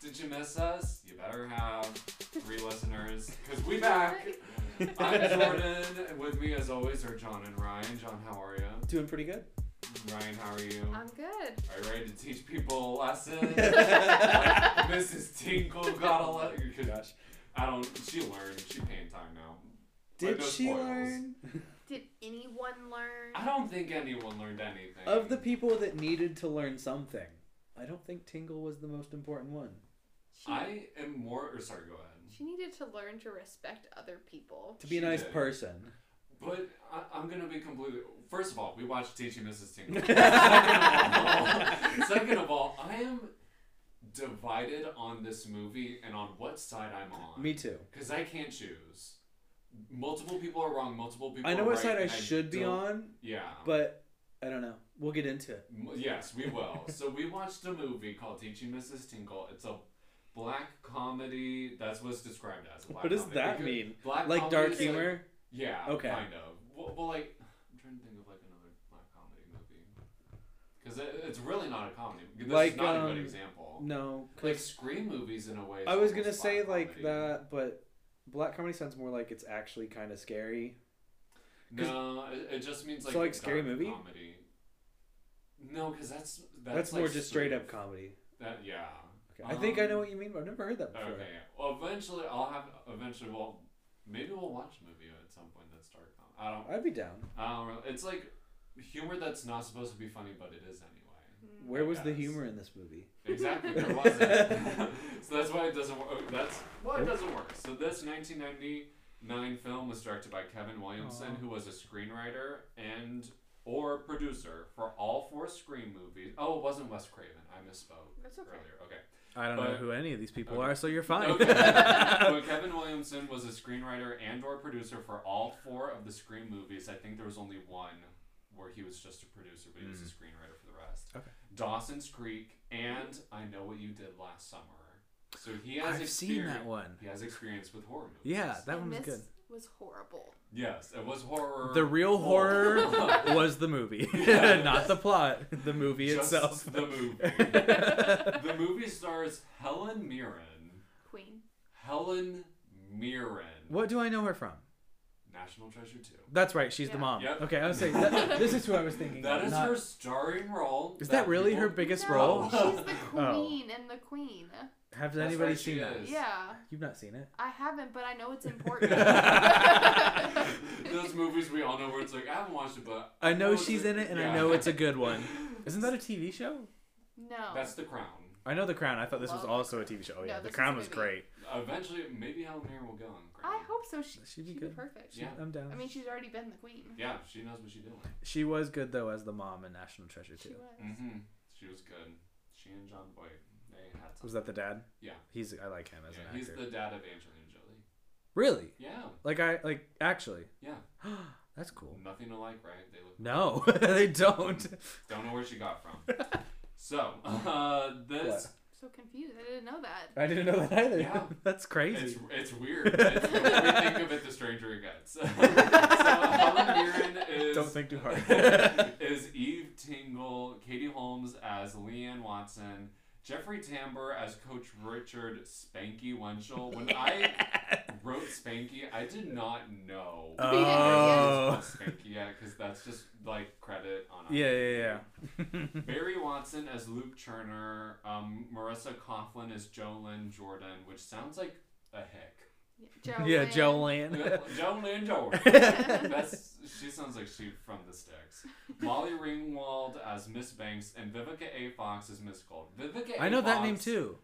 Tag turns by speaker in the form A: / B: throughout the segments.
A: Did you miss us? You better have three listeners because we back. I'm Jordan. and With me, as always, are John and Ryan. John, how are you?
B: Doing pretty good.
A: Ryan, how are you?
C: I'm good.
A: Are you ready to teach people a lesson? like Mrs. Tinkle got a lesson.
B: Gosh.
A: I don't. She learned. She paying time now.
B: Did
A: no
B: she
A: spoils.
B: learn?
C: Did anyone learn?
A: I don't think anyone learned anything.
B: Of the people that needed to learn something, I don't think Tingle was the most important one.
C: She,
A: I am more. Or sorry, go ahead.
C: she needed to learn to respect other people.
B: To be a
A: She
B: nice
A: did.
B: person.
A: But I, I'm gonna be completely. First of all, we watched Teaching Mrs. Tingle. second, of all,
B: That's
A: second of all, I am divided on this movie and on what side I'm on.
B: Me too.
A: Because I can't choose. Multiple people are wrong. Multiple people.
B: I know
A: are
B: what
A: right,
B: side I
A: and
B: should be
A: don't-
B: on,
A: Yeah.
B: but I don't know. We'll get into it.
A: M- Yes, we will. so we watched a movie called Teaching Mrs. Tinkle. It's a black comedy. That's what's described as. a Black
B: What does
A: comedy.
B: that
A: Because
B: mean?
A: Black
B: Like
A: comedy
B: dark
A: is like-
B: humor?
A: Yeah.
B: Okay.
A: Kind of. Well, well, like I'm trying to think of like another black comedy movie because it, it's really not a comedy. This
B: Like,
A: is not a
B: um,
A: good example.
B: No. 'cause
A: Like scream movies in a way. is
B: I was
A: almost
B: gonna
A: black
B: say like
A: comedy.
B: that, but black comedy sounds more like it's actually kind of scary.
A: No, it, it just means
B: So,
A: like
B: like, Scary
A: dark
B: Movie?
A: comedy. No, because that's that's,
B: That's,
A: like,
B: more just straight up
A: spoof.
B: comedy.
A: That yeah.
B: Okay. I think I know
A: Um,
B: what you mean, but I've never heard that before.
A: Okay. Well, eventually I'll have. Eventually, well, maybe we'll watch a movie at some point that's dark. com- I don't.
B: I'd be down.
A: I don't. Really, it's like humor that's not supposed to be funny, but it is anyway.
C: Mm.
B: Where was the
A: Yes.
B: humor in this movie?
A: Exactly. There wasn't. so that's why it doesn't work. That's why it doesn't work. So this 1999 film was directed by Kevin Williamson,
B: Aw.
A: who was a screenwriter and or producer for all four Scream movies. Oh, it wasn't Wes Craven. I misspoke
C: That's okay.
A: earlier. Okay.
D: I don't know
A: But-
D: who any of these people
A: okay.
D: are, so you're fine.
A: Okay. but Kevin Williamson was a screenwriter and/or producer for all four of the Scream movies. I think there was only one where he was just a producer, but he was a
D: Mm.
A: screenwriter for the rest.
D: Okay.
A: Dawson's Creek and I Know What You Did Last Summer. So he has
D: I've seen
A: experience.
D: that one.
A: He has experience with horror movies.
D: Yeah, that one
C: And
D: was
C: this
D: good.
C: was horrible.
A: Yes, it was horror. Oh.
D: The real horror was the movie,
A: Yeah.
D: not the plot. The movie
A: Just
D: itself.
A: the movie. the movie stars Helen Mirren.
C: Queen.
A: Helen Mirren.
D: what do I know her from?
A: National Treasure Two.
D: That's right, she's
C: Yeah.
D: the mom.
A: Yep.
D: Okay, I was saying that, this is who I was thinking.
A: That
D: of,
A: is
D: not-
A: her starring role.
D: Is that really her
A: people-
D: biggest
C: no,
D: role?
C: She's the
D: Oh.
C: queen and the queen.
D: Has
A: That's
D: anybody
A: right, she
D: seen that?
A: is.
C: Yeah,
D: You've not seen it.
C: I haven't, but I know it's important.
A: Those movies we all know where it's like I haven't watched it, but
D: I know
A: it's
D: she's
A: a-
D: in it, and
A: yeah.
D: I know it's a good one. Isn't that a TV show?
C: no.
A: That's The Crown.
D: I know The Crown. I thought this was
C: Love The
D: also a TV show. Oh
C: No,
D: yeah, The
C: this is a
D: Crown was
C: movie.
D: great.
A: Eventually, maybe Helen Mirren will go on The Crown.
C: I hope so. She,
D: She'd be
C: she'd
D: good.
C: perfect.
A: Yeah.
D: I'm down.
C: I mean, she's already been the queen.
A: Yeah, she knows what she's doing.
D: she was good though as the mom in National Treasure
C: She
D: too.
C: was.
A: Mm-hmm. She was good. She and John Boyd, they had
D: Was
A: something.
D: that the dad?
A: Yeah.
D: He's I like him as
A: Yeah,
D: an
A: he's
D: actor.
A: the dad of Angelina Jolie.
D: Really?
A: Yeah,
D: Like I like actually.
A: Yeah.
D: That's cool.
A: nothing alike, right? They look.
D: No, they don't.
A: Don't know where she got from. so uh, this
C: So confused. I didn't know that.
D: I didn't know that either.
A: Yeah.
D: That's crazy.
A: It's, it's weird. It's, the more we think of it, the stranger it gets. so Helen Mirren is
D: Don't think too hard.
A: is Eve Tingle, Katie Holmes as Leanne Watson, Jeffrey Tambor as Coach Richard Spanky Wenchel. When I wrote Spanky, I did not know.
D: Oh.
A: that it was called Spanky, yeah, because that's just like credit on.
D: yeah,
A: IMDb.
D: yeah, yeah.
A: Barry Watson as Luke Turner. Um, Marissa Coughlin as Jolynn Jordan, which sounds like a hick.
C: Yeah, Joe.
D: yeah,
C: Lynn.
A: Jolynn
D: Jolene.
A: Jordan. That's she sounds like she from the sticks. Molly Ringwald as Miss Banks and Vivica A. Fox as Miss Gold. Vivica A.
D: I know that
A: Fox,
D: name too.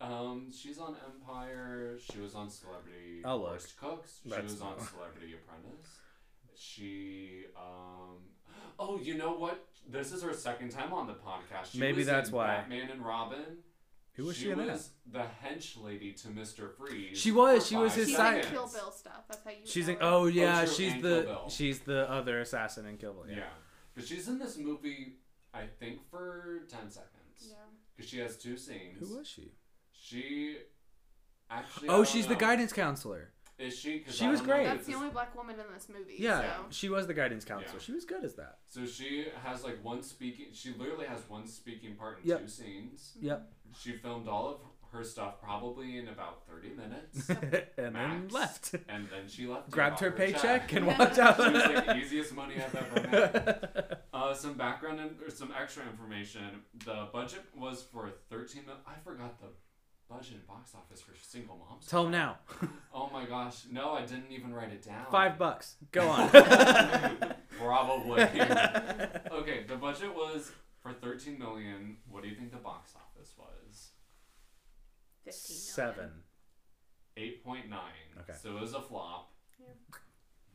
A: Um, she's on Empire. She was on Celebrity
D: I'll look.
A: Worst Cooks. She
D: That's-
A: was on Celebrity Apprentice. She um. Oh, you know what? This is her second time on the podcast. She
D: Maybe
A: was
D: that's
A: in
D: why.
A: Batman and Robin.
D: Who was she in that?
A: was the hench lady to Mr. Freeze.
D: She was,
A: for
D: she was
A: five
D: his
C: She's
D: side-
C: in
A: seconds.
C: Kill Bill stuff. That's how you. would
D: She's
C: know
D: in.
C: her.
D: Oh yeah,
A: true,
D: she's
A: and Kill
D: the
A: Bill.
D: she's the other assassin in Kill Bill.
A: Yeah.
D: Yeah.
A: But she's in this movie, I think, for 10 seconds.
C: Yeah.
A: Because she has two scenes.
D: Who was she?
A: She actually. I
D: Oh,
A: don't
D: she's the
A: know.
D: guidance counselor.
A: Is she? 'Cause
D: She
A: I
D: was
A: don't know if
D: great.
A: it's
C: That's the
A: a-
C: only black woman in this movie.
D: Yeah,
C: So.
D: she was the guidance counselor.
A: Yeah.
D: She was good as that.
A: So she has like one speaking. She literally has one speaking part in
D: Yep.
A: two scenes.
D: Yep.
A: She filmed all of her stuff probably in about 30 minutes.
B: and then
A: Max.
B: left.
A: and then she left. and
B: Grabbed
A: got
B: her paycheck
A: check.
B: and walked
A: She was
B: out.
A: like, easiest money I've ever made. Uh, some background and or some extra information. The budget was for 13 mil. I forgot the budget and box office for single moms.
B: Tell him now.
A: Oh my gosh. No, I didn't even write it down.
B: Five bucks. Go on.
A: Probably. okay, the budget was for 13 million. What do you think the box office was?
C: 15 million.
B: Seven.
A: 8.9.
B: Okay.
A: So it was a flop.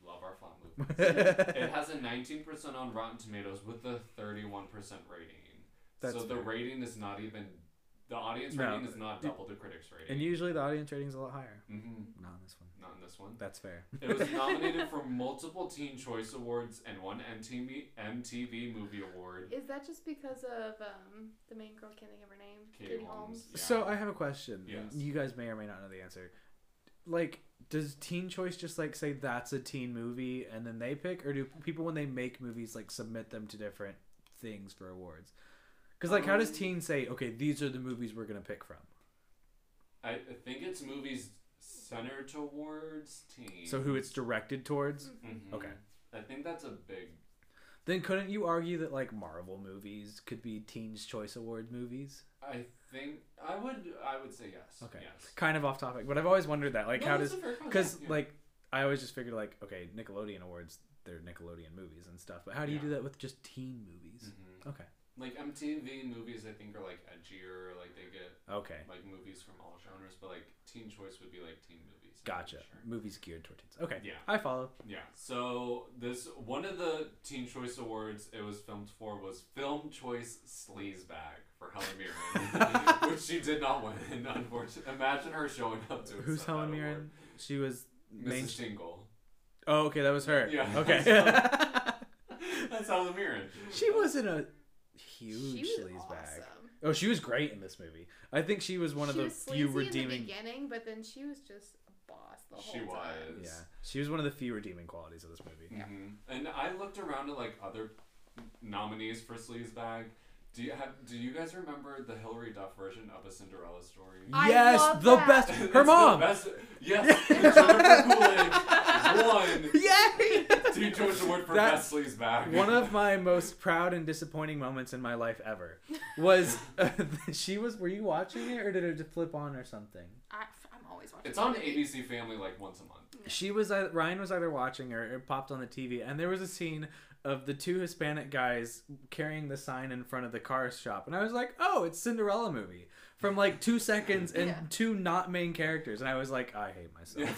A: Love our flop movie.
B: That's
A: it has a 19% on Rotten Tomatoes with a 31% rating. so the
B: fair.
A: rating is not even the audience
B: No.
A: rating is not double the critics rating.
B: and usually the audience rating's a lot higher.
A: mm-hmm.
B: Not on this one.
A: Not in this one.
B: That's fair.
A: It was nominated for multiple Teen Choice Awards and one MTV MTV Movie Award.
C: Is that just because of um, the main girl? Can't think of her name.
A: Katie Holmes. Yeah.
B: So I have a question.
A: Yes.
B: You guys may or may not know the answer. Like, does Teen Choice just like say that's a teen movie and then they pick, or do people when they make movies like submit them to different things for awards? Because like, how does
C: Um,
B: Teen say, okay, these are the movies we're gonna pick from?
A: I I think it's movies centered towards teens.
B: So who it's directed
C: Mm.
B: towards?
C: Mm-hmm.
A: Mhm.
B: Okay.
A: I think that's a big.
B: Then couldn't you argue that like Marvel movies could be Teens Choice Award movies?
A: I think I would. I would say yes.
B: Okay.
A: Yes.
B: Kind of off topic, but I've always wondered that. Like,
A: No,
B: how
A: that's
B: does
A: a fair question,
B: because
A: yeah.
B: like I always just figured like okay, Nickelodeon awards they're Nickelodeon movies and stuff, but how do you
A: Yeah.
B: do that with just teen movies?
A: Mhm.
B: Okay,
A: Like MTV movies, I think are like edgier. Like they get
B: okay,
A: like movies from all genres, but like Teen Choice would be like teen movies. I'm
B: gotcha.
A: pretty sure.
B: Movies geared toward teens. Okay,
A: Yeah.
B: I follow.
A: Yeah. So this one of the Teen Choice Awards it was filmed for was Film Choice Sleazebag for Helen Mirren, which she did not win. Unfortunately, imagine her showing up to.
B: Who's
A: accept that
B: Helen
A: award.
B: Mirren? She was
A: Mrs.
B: main.
A: Tingle.
B: Oh, okay, that was her.
A: Yeah.
B: Okay.
A: That's Helen Mirren.
B: she wasn't a
C: She
B: huge
C: was
B: sleazebag.
C: awesome.
B: Oh, she was great in this movie. I think she was one of
C: she
B: the
C: was
B: few
C: sleazy
B: redeeming.
C: in the beginning, but then she was just a boss the whole
A: She
C: time.
A: was.
B: yeah, she was one of the few redeeming qualities of this movie.
A: hmm And I looked around at like other nominees for Sleazebag. Do you have? Do you guys remember the Hillary Duff version of a Cinderella story?
C: I
B: yes,
C: love
B: the
C: that.
B: best.
A: That's
B: Her
A: the
B: mom.
A: best- Yes, Jennifer Coolidge won
B: Yay!
A: Teen Choice Award for
B: That-
A: Best Sleazebag.
B: One of my most proud and disappointing moments in my life ever was uh, she was. Were you watching it or did it just flip on or something?
C: I, I'm always watching.
A: It's on
C: that movie.
A: ABC Family like once a month.
B: She was ei- Ryan was either watching or it popped on the TV, and there was a scene of the two Hispanic guys carrying the sign in front of the car shop, and I was like, "Oh, it's Cinderella movie." From like two seconds and
C: Yeah.
B: two not main characters, and I was like, "I hate myself."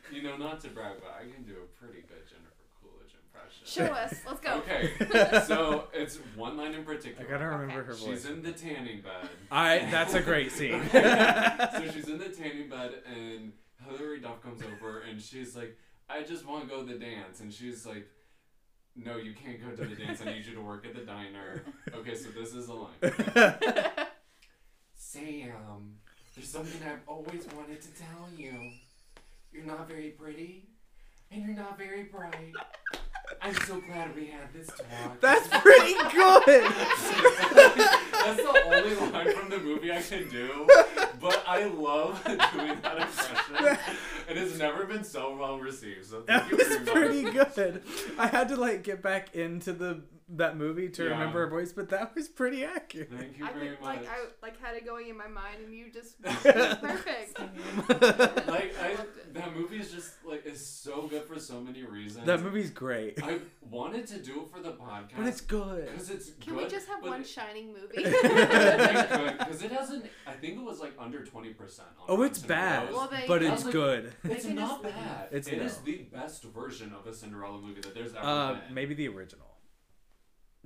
A: you know, not to brag, but I can do a pretty good Jennifer Coolidge impression.
C: Show us. Let's go.
A: Okay, so it's one line in
B: I
A: particular.
B: gotta remember her voice.
A: She's in the tanning bed.
B: I. That's a great scene.
A: so she's in the tanning bed, and Hilary Duff comes over, and she's like, "I just want to go to the dance," and she's like, "No, you can't go to the dance. I need you to work at the diner." Okay, so this is the line. Sam, there's something I've always wanted to tell you. You're not very pretty, and you're not very bright. I'm so glad we had this talk.
B: That's pretty good.
A: That's the only line from the movie I can do, but I love doing that impression. It has never been so well received. So thank
B: That
A: you
B: was
A: very
B: pretty
A: much.
B: good. I had to like get back into the that movie to
A: Yeah.
B: remember her voice, but that was pretty accurate.
A: Thank you
C: I
A: very
C: could,
A: much.
C: like I like had it going in my mind, and you just perfect.
A: like I,
C: Loved it.
A: that movie is just like is so good for so many reasons.
B: That movie's great,
A: I wanted to do it for the podcast,
B: but it's good.
A: because it's
C: Can
A: good,
C: we just have
A: but
C: one
A: it-
C: shining movie?
A: Because it hasn't. I think it was like under twenty percent.
B: Oh, it's bad,
C: Well, they-
B: but
A: I was
B: it's
A: like,
B: good.
A: It's
C: They can
A: not
C: just-
A: bad. It's
B: It's
A: it is
B: no.
A: the best version of a Cinderella movie that there's ever
B: Uh,
A: been.
B: maybe the original.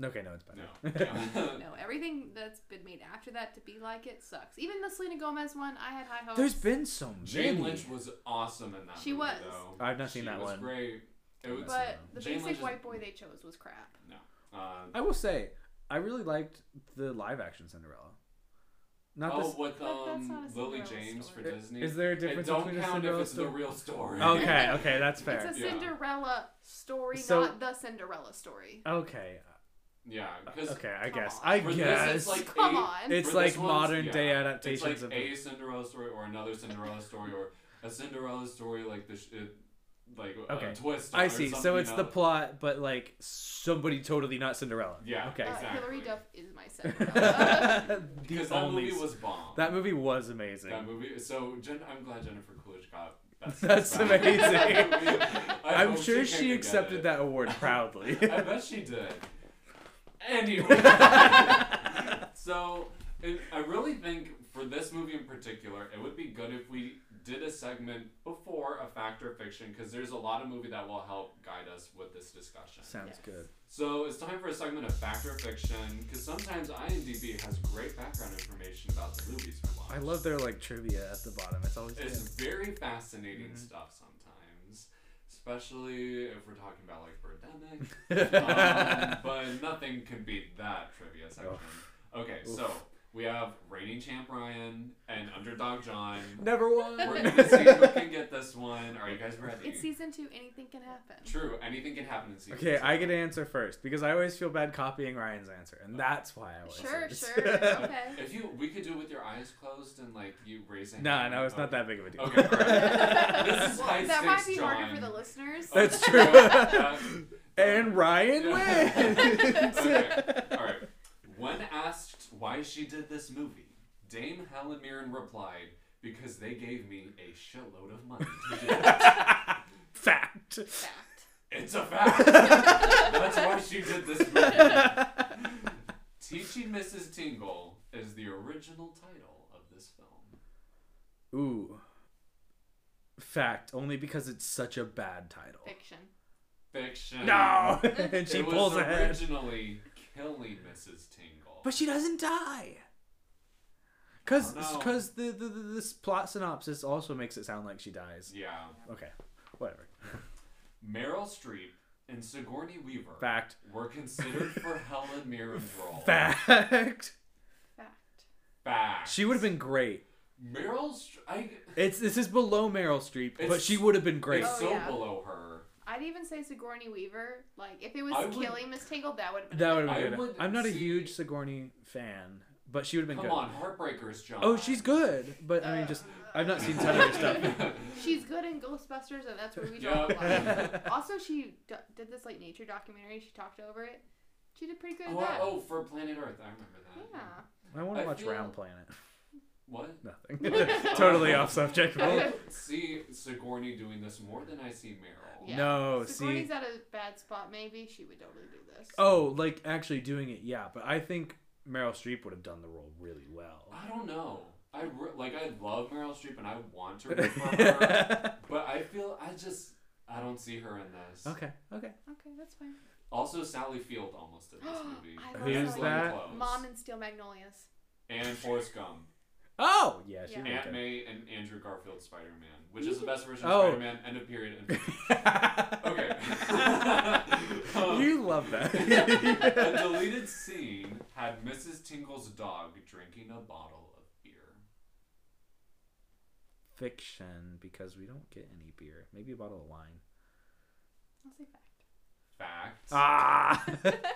B: Okay, no, it's better.
A: No. Yeah.
C: no, everything that's been made after that to be like it sucks. Even the Selena Gomez one, I had high hopes.
B: There's been so many.
A: Jane Lynch was awesome in that.
C: She
A: movie,
C: was.
A: Though.
B: I've not seen
A: She
B: that
A: was
B: one.
A: Great. It was.
C: but the
A: Jane
C: basic
A: Lynch is-
C: white boy they chose was crap.
A: no. Uh,
B: I will say, I really liked the live-action Cinderella. Not
A: oh,
B: this.
A: with
C: But that's
A: um,
C: not a
A: Lily
C: Cinderella
A: James
C: story.
A: for
B: I-
A: Disney.
B: Is there a
A: It
B: difference
A: don't
B: between a
A: count if
B: Cinderella
A: it's the
B: story?
A: real story.
B: Okay, okay, that's fair.
C: It's a
A: Yeah.
C: Cinderella story,
B: So-
C: not the Cinderella story.
B: Okay.
A: Yeah, because
B: Okay, I
C: Come
B: guess.
C: on.
B: I
A: for
B: guess.
A: this
B: it's
A: it's like
C: Come
A: a-
C: on.
A: for
B: it's
A: this one's-
B: like modern
A: yeah,
B: day
A: It's
B: adaptations
A: like
B: of
A: a Cinderella story or another Cinderella story or a Cinderella story like the sh- it, like
B: Okay.
A: a twist.
B: I
A: or
B: see.
A: something,
B: So
A: you
B: it's
A: know?
B: the plot, but like somebly totally not Cinderella.
A: Yeah,
B: Okay.
C: Uh,
A: exactly.
C: Hillary Duff is my Cinderella.
A: because
B: the
A: that
B: only.
A: movie was bomb.
B: that movie was amazing.
A: That movie. So Jen, I'm glad Jennifer Coolidge got. Best
B: That's
A: Actress back.
B: amazing.
A: I
B: I'm
A: hope
B: sure
A: came
B: she
A: to get
B: accepted
A: it.
B: that award proudly.
A: I bet she did. Anyway, so it, I really think for this movie in particular, it would be good if we did a segment before a fact or fiction because there's a lot of movie that will help guide us with this discussion.
B: Sounds good.
A: So it's time for a segment of fact or fiction because sometimes IMDb has great background information about the movies we watch.
B: I love their like trivia at the bottom. It's always
A: It's
B: good.
A: very fascinating
B: Mm-hmm.
A: stuff sometimes, especially if we're talking about like Birdemic. um, but nothing could beat that trivia section. Okay, so we have reigning champ Ryan and underdog John.
B: Never won.
A: We're gonna see who can get this one. Are you guys ready?
C: it's season two. Anything can happen.
A: True. Anything can happen in season.
B: Okay,
A: two.
B: I get to answer first because I always feel bad copying Ryan's answer,
A: Oh.
B: and that's why I always.
C: Sure,
B: answer.
C: sure. Okay.
A: If you, we could do it with your eyes closed and like you raising.
B: no, no, it's not that big of a deal.
A: Okay, alright. This is high
C: that might
A: stakes,
C: be harder
A: John.
C: for the listeners.
B: That's
A: Okay,
B: true.
A: yeah.
B: and Ryan wins.
A: Okay. All right. When asked why she did this movie, Dame Helen Mirren replied, "Because they gave me a shitload of money to do it.
B: Fact.
C: Fact.
A: it's a fact. That's why she did this movie." Teaching Mrs. Tingle is the original title of this film.
B: Ooh. Fact. Only because it's such a bad title.
C: Fiction.
A: Fiction.
B: No. and she
A: it was
B: pulls ahead.
A: originally killing Mrs. Tingle.
B: But she doesn't die. Cause,
A: I don't know.
B: cause the, the, the this plot synopsis also makes it sound like she dies.
A: yeah,
B: Okay, whatever.
A: Meryl Streep and Sigourney Weaver
B: Fact.
A: were considered for Helen Mirren's role.
B: Fact.
C: Fact.
A: Fact.
B: She would have been great.
A: Meryl. Str- I.
B: It's this is below Meryl Streep, but
A: It's-
B: she would have been great.
A: It's
C: Oh,
A: so
C: yeah.
A: below her.
C: I'd even say Sigourney Weaver. Like, if it was
A: I would-
C: killing Miss Tingle, that would have been.
B: That would have
A: I
B: been good.
A: would
B: I'm not a
A: see-
B: huge Sigourney fan, but she would have
A: Come
B: been good.
A: on, Heartbreakers, John.
B: Oh, she's good, but I mean, just I've not seen ton of her stuff.
C: She's good in Ghostbusters, and that's where we draw the line.
A: Yeah.
C: Also, she d- did this like nature documentary. She talked over it. She did pretty good at
A: oh,
C: that.
A: oh, for Planet Earth, I remember that.
C: Yeah.
B: I want
A: I
B: to watch
A: feel-
B: Round Planet.
A: What?
B: Nothing. totally off subject.
A: I see Sigourney doing this more than I see Meryl.
C: Yeah.
B: No, Oh, see.
C: Sigourney's at a bad spot. Maybe she would totally do this.
B: Oh, like actually doing it, yeah. But I think Meryl Streep would have done the role really well.
A: I don't know. I re- like I love Meryl Streep and I want to root for her, but I feel I just I don't see her in this.
B: okay, okay.
C: Okay, that's fine.
A: Also, Sally Field almost did this movie.
C: I
B: love Who's Sally that?
A: Glenn Close.
C: Mom and Steel Magnolias.
A: and Forrest Gump,
B: Oh, yeah, she
C: Yeah.
B: would
A: Aunt
B: have done.
A: May, and Andrew Garfield Spider Man, which is the best version of
B: Oh.
A: Spider Man. End of period. End of Okay. Um,
B: you love
A: a
B: that.
A: deleted scene had Mrs. Tingle's dog drinking a bottle of beer.
B: Fiction, because we don't get any beer. Maybe a bottle of wine.
C: I'll say fact.
A: Fact.
B: Ah.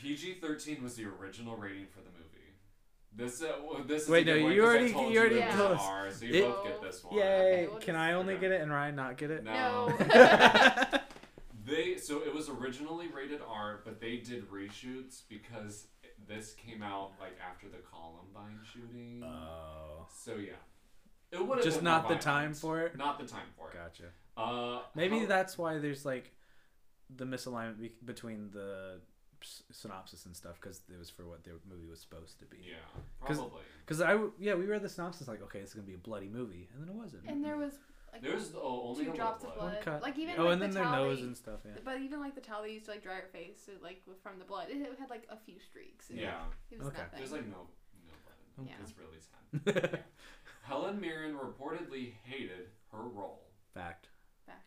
A: PG thirteen was the original rating for the movie. This uh, well, this is a
B: Wait, no,
A: giveaway
B: you
A: 'cause I
B: already-
A: told
B: you already
A: it was
C: told
A: an
B: us.
A: R, so you
B: It-
A: both get this one.
B: Yay!
C: we'll
B: Can
C: just-
B: I only
A: okay.
B: get it and Ryan not get it?
A: No.
C: No.
A: They so it was originally rated R, but they did reshoots because this came out like after the Columbine shooting.
B: Oh.
A: so yeah, it would
B: Just not the time for it?
A: Not the time for it.
B: Gotcha.
A: Uh,
B: Maybe
A: how-
B: that's why there's like the misalignment be- between the s- synopsis and stuff because it was for what the movie was supposed to be.
A: Yeah,
B: 'Cause-
A: probably.
B: Because I w- yeah we read the synopsis like okay this is gonna be a bloody movie and then it wasn't.
C: and there was like
A: There's oh, only
C: two
A: a
C: drops
A: little
C: of
A: blood.
B: One
C: blood.
B: cut.
C: Like even
B: oh
C: like,
B: and then
C: the
B: their
C: towel
B: nose
C: they-
B: and stuff. Yeah.
C: But even like the towel they used to like dry her face, so, like with- from the blood, it had like a few streaks. It,
A: Yeah,
C: it was
B: Okay.
C: nothing.
A: there's like no no blood.
C: Yeah.
A: It's really sad. Helen Mirren reportedly hated her role.
B: Fact.
C: Fact.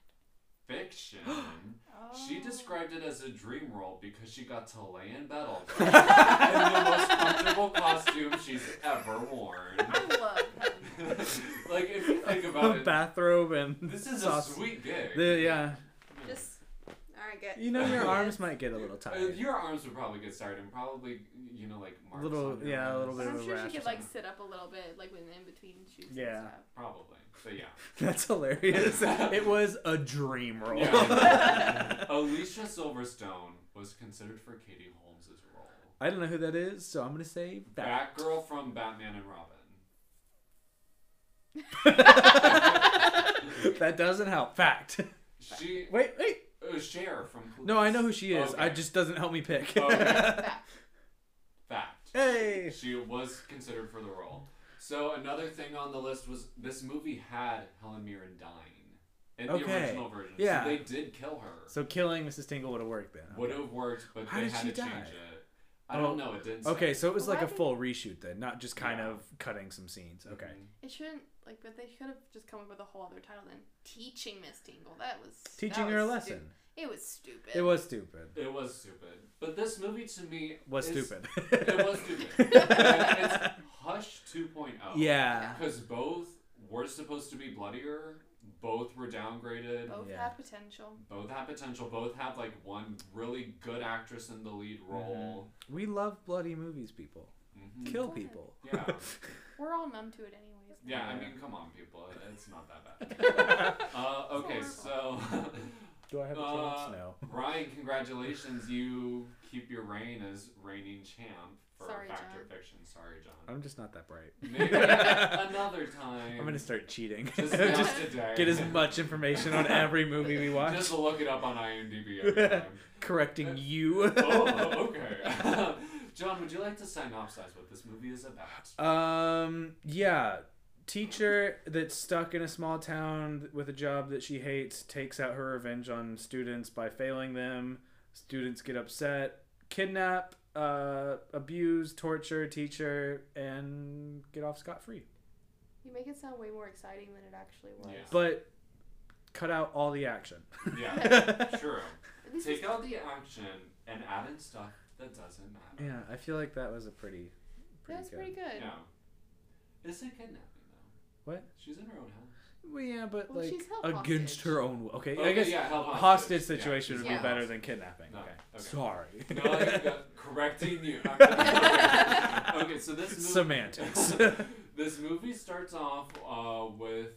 A: Fiction.
C: Oh.
A: She described it as a dream role because she got to lay in bed all day in the most comfortable costume she's ever worn.
C: I love. Helen.
A: like if you think
B: A
A: about it,
B: bathrobe and
A: this is a
B: sauce.
A: sweet gig.
B: The- yeah.
A: Yeah.
C: Just all right,
E: might get.
B: You know, your
E: Yes.
B: arms might get a little
A: Uh,
B: tired.
A: your arms would probably get started and probably, you know, like marks
B: Little-
A: on your
B: yeah, a
A: arms.
B: little
C: But
B: bit of
C: I'm
B: a
C: sure
B: rash
C: she
B: or
C: could like
B: something.
C: sit up a little bit, like when in between shoots.
B: Yeah.
C: And stuff.
A: Probably. But yeah.
B: That's hilarious. it was a dream role.
A: Yeah. Alicia Silverstone was considered for Katie Holmes's role.
B: I don't know who that is, so I'm gonna say Bat.
A: Batgirl from Batman and Robin.
B: that doesn't help. Fact.
A: She
B: Wait, wait.
A: uh, Cher from Clueless.
B: No, I know who she is. I
A: Okay. Oh,
B: just doesn't help me pick.
A: Okay.
C: Back.
A: fact.
B: hey.
A: She was considered for the role. So another thing on the list was this movie had Helen Mirren dying in the
B: Okay.
A: original version.
B: Yeah.
A: So they did kill her.
B: So killing Mrs. Tingle would have worked then.
A: Would have worked, but
B: How
A: they
B: did
A: had
B: she
A: to
B: die? Oh,
A: change it. I don't know. It didn't. say.
B: Okay, so it was like
C: Why
B: a
C: did-
B: full reshoot then, not just kind
A: Yeah.
B: of cutting some scenes. Okay.
A: Mhm.
C: It shouldn't like, but they could have just come up with a whole other title than teaching Miss Tingle. That was that
B: Teaching her a
C: was
B: lesson.
C: stu- it was stupid.
B: It was stupid.
A: It was stupid, but this movie to me
B: Was
A: is-
B: stupid.
A: It was stupid. And it's Hush 2.0.
B: yeah.
A: Because both were supposed to be bloodier. Both were downgraded.
C: Both
B: Yeah.
C: had potential.
A: Both had potential. Both had like one really good actress in the lead
B: Mm-hmm.
A: role.
B: We love bloody movies, people.
A: Mhm.
B: Kill
C: Yeah.
B: people.
A: Yeah.
C: We're all numb to it anyways.
A: Yeah, I
B: Yeah.
A: mean, come on, people. It's not that bad. uh, okay, so.
B: Do I have a
A: uh,
B: chance? No.
A: Ryan, congratulations. You keep your reign as reigning champ for
C: Sorry,
A: Fact or
C: John.
A: Fiction. Sorry, John.
B: I'm just not that bright.
A: Maybe another time.
B: I'm gonna start cheating.
A: Just, not
B: Just
A: today.
B: get as much information on every movie we watch.
A: Just look it up on IMDb every time.
B: Correcting you.
A: oh, okay. John, would you like to synopsize what this movie is about?
B: Um, yeah. Teacher that's stuck in a small town with a job that she hates takes out her revenge on students by failing them. Students get upset, kidnap, uh, abuse, torture teacher, and get off scot free.
C: You make it sound way more exciting than it actually was.
A: Yeah.
B: But cut out all the action.
A: Yeah, true.
C: At least
A: Take
C: it's-
A: out the action and add in stuff that doesn't matter.
B: yeah, I feel like that was a pretty, pretty
C: that was
B: good.
C: pretty good.
A: No. It's a kidnapping, though.
B: What?
A: She's in her own house.
B: Well, yeah, but
C: Well,
B: like
C: she's held
B: against
C: hostage.
B: her own will. Okay, I
A: Okay,
B: guess
A: yeah, held
B: hostage
A: Yeah,
B: situation
A: she's
B: would be
A: held
B: better
A: hostage.
B: than kidnapping.
A: No,
B: okay.
A: okay.
B: sorry.
A: No, I got- correcting you. Okay. okay, so this movie,
B: Semantics.
A: this movie starts off uh, with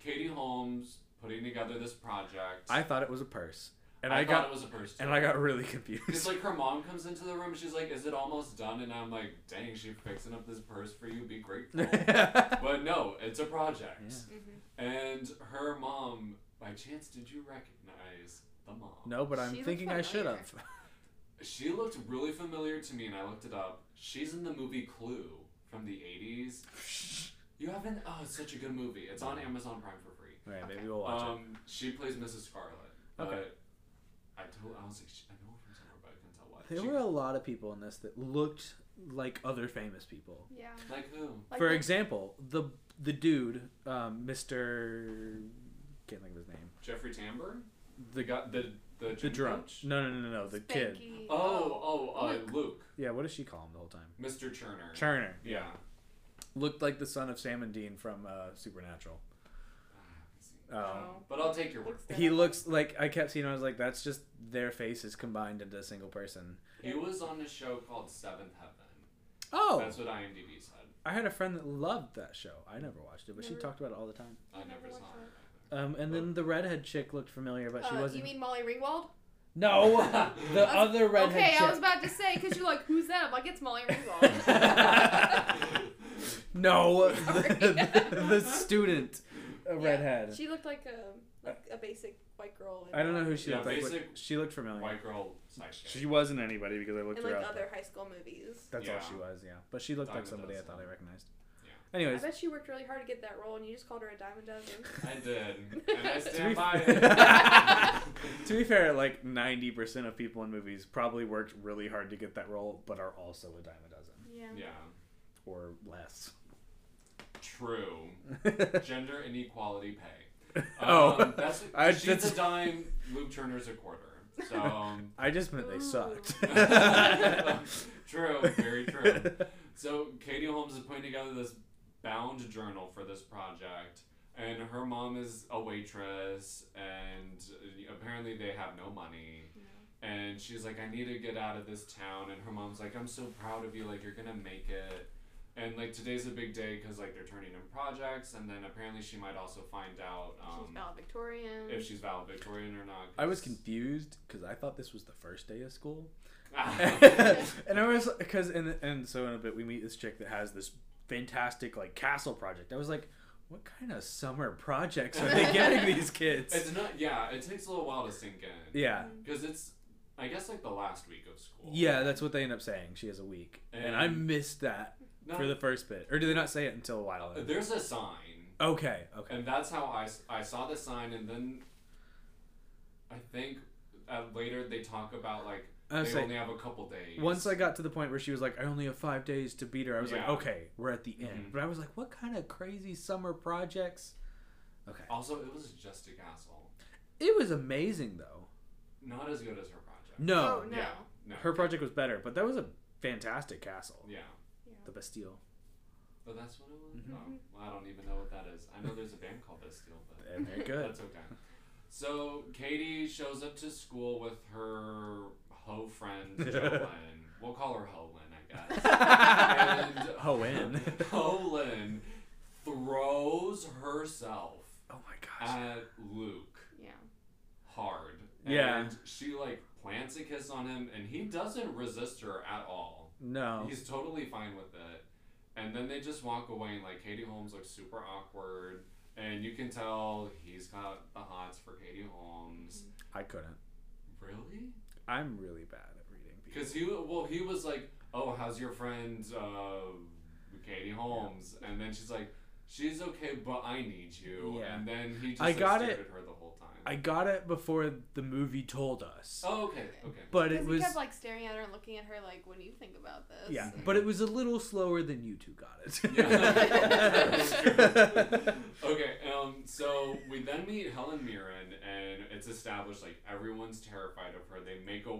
A: Katie Holmes putting together this project.
B: I thought it was a purse, and
A: I
B: I,
A: thought
B: got
A: it was a person.
B: and I got really
A: It's
B: confused.
A: like her mom comes into the room. She's like, "Is it almost done?" And I'm like, "Dang, she fixing up this purse for you. Be grateful." but no, it's a project.
C: Mm-hmm.
A: And her mom, by chance, did you recognize the mom?
B: no, but I'm
C: She looked
B: thinking I should
C: familiar.
B: have.
A: She looked really familiar to me, and I looked it up. She's in the movie Clue from the '80s. You haven't? Oh, it's such a good movie. It's on Amazon Prime for free.
B: All right,
C: Okay.
B: maybe we'll watch
A: um, she plays Mrs. Scarlet.
B: Okay.
A: But I told, I was like, "She- I know her from somewhere, but I couldn't tell what.
B: it. There
A: She-
B: were a lot of people in this that looked like other famous people.
C: Yeah.
A: like who?
C: Like
B: For
C: the-
B: example, the the dude, um, Mr. Can't think of his name.
A: Jeffrey Tambor?
B: The
A: guy, the the,
B: The
A: gym
B: drunk.
A: coach?
B: No, no, no, no, no, the kid.
C: Spanky.
A: Oh, oh, uh, Luke.
C: Luke.
B: Yeah, what does she call him the whole time?
A: Mr. Turner.
B: Turner
A: Yeah.
B: looked like the son of Sam and Dean from uh, Supernatural. Um,
C: Oh.
A: But I'll take your word.
C: Looks
B: He
C: that up.
B: looks like I kept seeing. I was like, that's just their faces combined into a single person.
A: He was on a show called Seventh Heaven.
B: Oh,
A: That's what IMDb said.
B: I had a friend that loved that show. I never watched it, but she
C: Never-
B: talked about it all the time.
A: I never saw
C: watched
A: it.
B: Um, and then the redhead chick looked familiar, but she
C: Uh,
B: wasn't.
C: you mean Molly Ringwald?
B: no, the
C: I was-
B: other redhead
C: okay,
B: chick.
C: I was about to say because you're like, who's that? I'm like, it's Molly Ringwald.
B: No, the,
C: Sorry.
B: the, the student uh,
C: Yeah,
B: redhead.
C: She looked like a like a basic white girl. in,
B: I don't know
C: uh,
B: who she
A: Yeah,
B: looked like.
A: basic
B: But she looked familiar.
A: White girl sidekick.
B: She wasn't anybody because I looked
C: in
B: her
C: like
B: up.
C: other high school movies.
B: That's all
A: Yeah.
B: she was, yeah. But she looked like
A: Diamond
B: somebody I
A: Dozen.
B: thought I recognized.
A: Yeah.
C: I
B: Anyways,
C: bet she worked really hard to get that role, and you just called her a dime a dozen.
A: I did. And I
B: To be
A: stand by
B: f-
A: it.
B: to be fair, like 90% of people in movies probably worked really hard to get that role, but are also a dime a dozen
C: Yeah.
A: yeah.
B: or less.
A: True. Gender inequality pay. Um,
B: Oh.
A: That's,
B: I-
A: she's
B: that's-
A: a dime. Luke Turner's a quarter. So. um,
B: I just meant they
C: Ooh.
B: sucked.
A: true, very true. So Katie Holmes is putting together this bound journal for this project. and her mom is a waitress, and uh, apparently they have no money. And she's like, I need to get out of this town. And her mom's like, I'm so proud of you. Like, you're going to make it. And, like, today's a big day because, like, they're turning in projects. And then apparently she might also find out
C: She's
A: um,
C: valedictorian.
A: if she's valedictorian or not.
B: I was
A: 'cause-
B: confused because I thought this was the first day of school.
A: Ah.
B: and I was because and and so in a bit we meet this chick that has this fantastic like castle project. I was like, what kind of summer projects are they getting these kids?
A: it's not, yeah, it takes a little while to sink in.
B: Yeah,
A: Because it's, I guess, like, the last week of school.
B: yeah, that's what they end up saying. She has a week, and I
A: And-
B: missed that
A: No,
B: for the first bit. Or do they not say it until a while? in?
A: uh, there's a sign.
B: Okay, okay.
A: And that's how I, s- I saw the sign, and then I think uh, later they talk about like
B: I was
A: they
B: like-
A: only have a couple days.
B: Once I got to the point where she was like, "I only have five days to beat her," I was like,
A: Yeah.
B: "Okay, we're at the end."
A: Mhm.
B: But I was like, "What kind of crazy summer projects?" Okay,
A: also, it was just a castle,
B: it was amazing though.
A: not as good as her project.
B: No,
C: Oh, no.
A: Yeah, no.
B: Her project was better, but that was a fantastic castle.
A: Yeah,
B: The Bastille.
A: but that's what it was.
B: Mm-hmm.
A: Oh, well, I don't even know what that is. I know there's a band called Bastille, but
B: And they're good.
A: that's okay. So Katie shows up to school with her hoe friend Jolyn. we'll call her Holyn, I guess. and uh, oh.
B: Ho in.
A: Colin throws herself
B: oh my gosh.
A: at Luke
C: Yeah.
A: hard.
B: Yeah.
A: And she like plants a kiss on him and he doesn't resist her at all.
B: No.
A: He's totally fine with it. And then they just walk away and like Katie Holmes looks super awkward. And you can tell he's got the hots for Katie Holmes.
B: I couldn't.
A: Really?
B: I'm really bad at reading people.
A: Because he well he was like, oh, how's your friend uh, Katie Holmes? And then she's like, she's okay, but I need you.
B: Yeah.
A: And then he just
B: I
A: like,
B: got
A: stared
B: it.
A: at her the whole time.
B: I got it before the movie told us.
A: oh, okay, okay.
B: But
C: Because
B: it
C: he
B: was
C: kept like staring at her and looking at her like, "What do you think about this?"
B: Yeah, but it was a little slower than you two got
A: Yeah.
B: it.
A: okay, um, so we then meet Helen Mirren, and it's established like everyone's terrified of her. They make a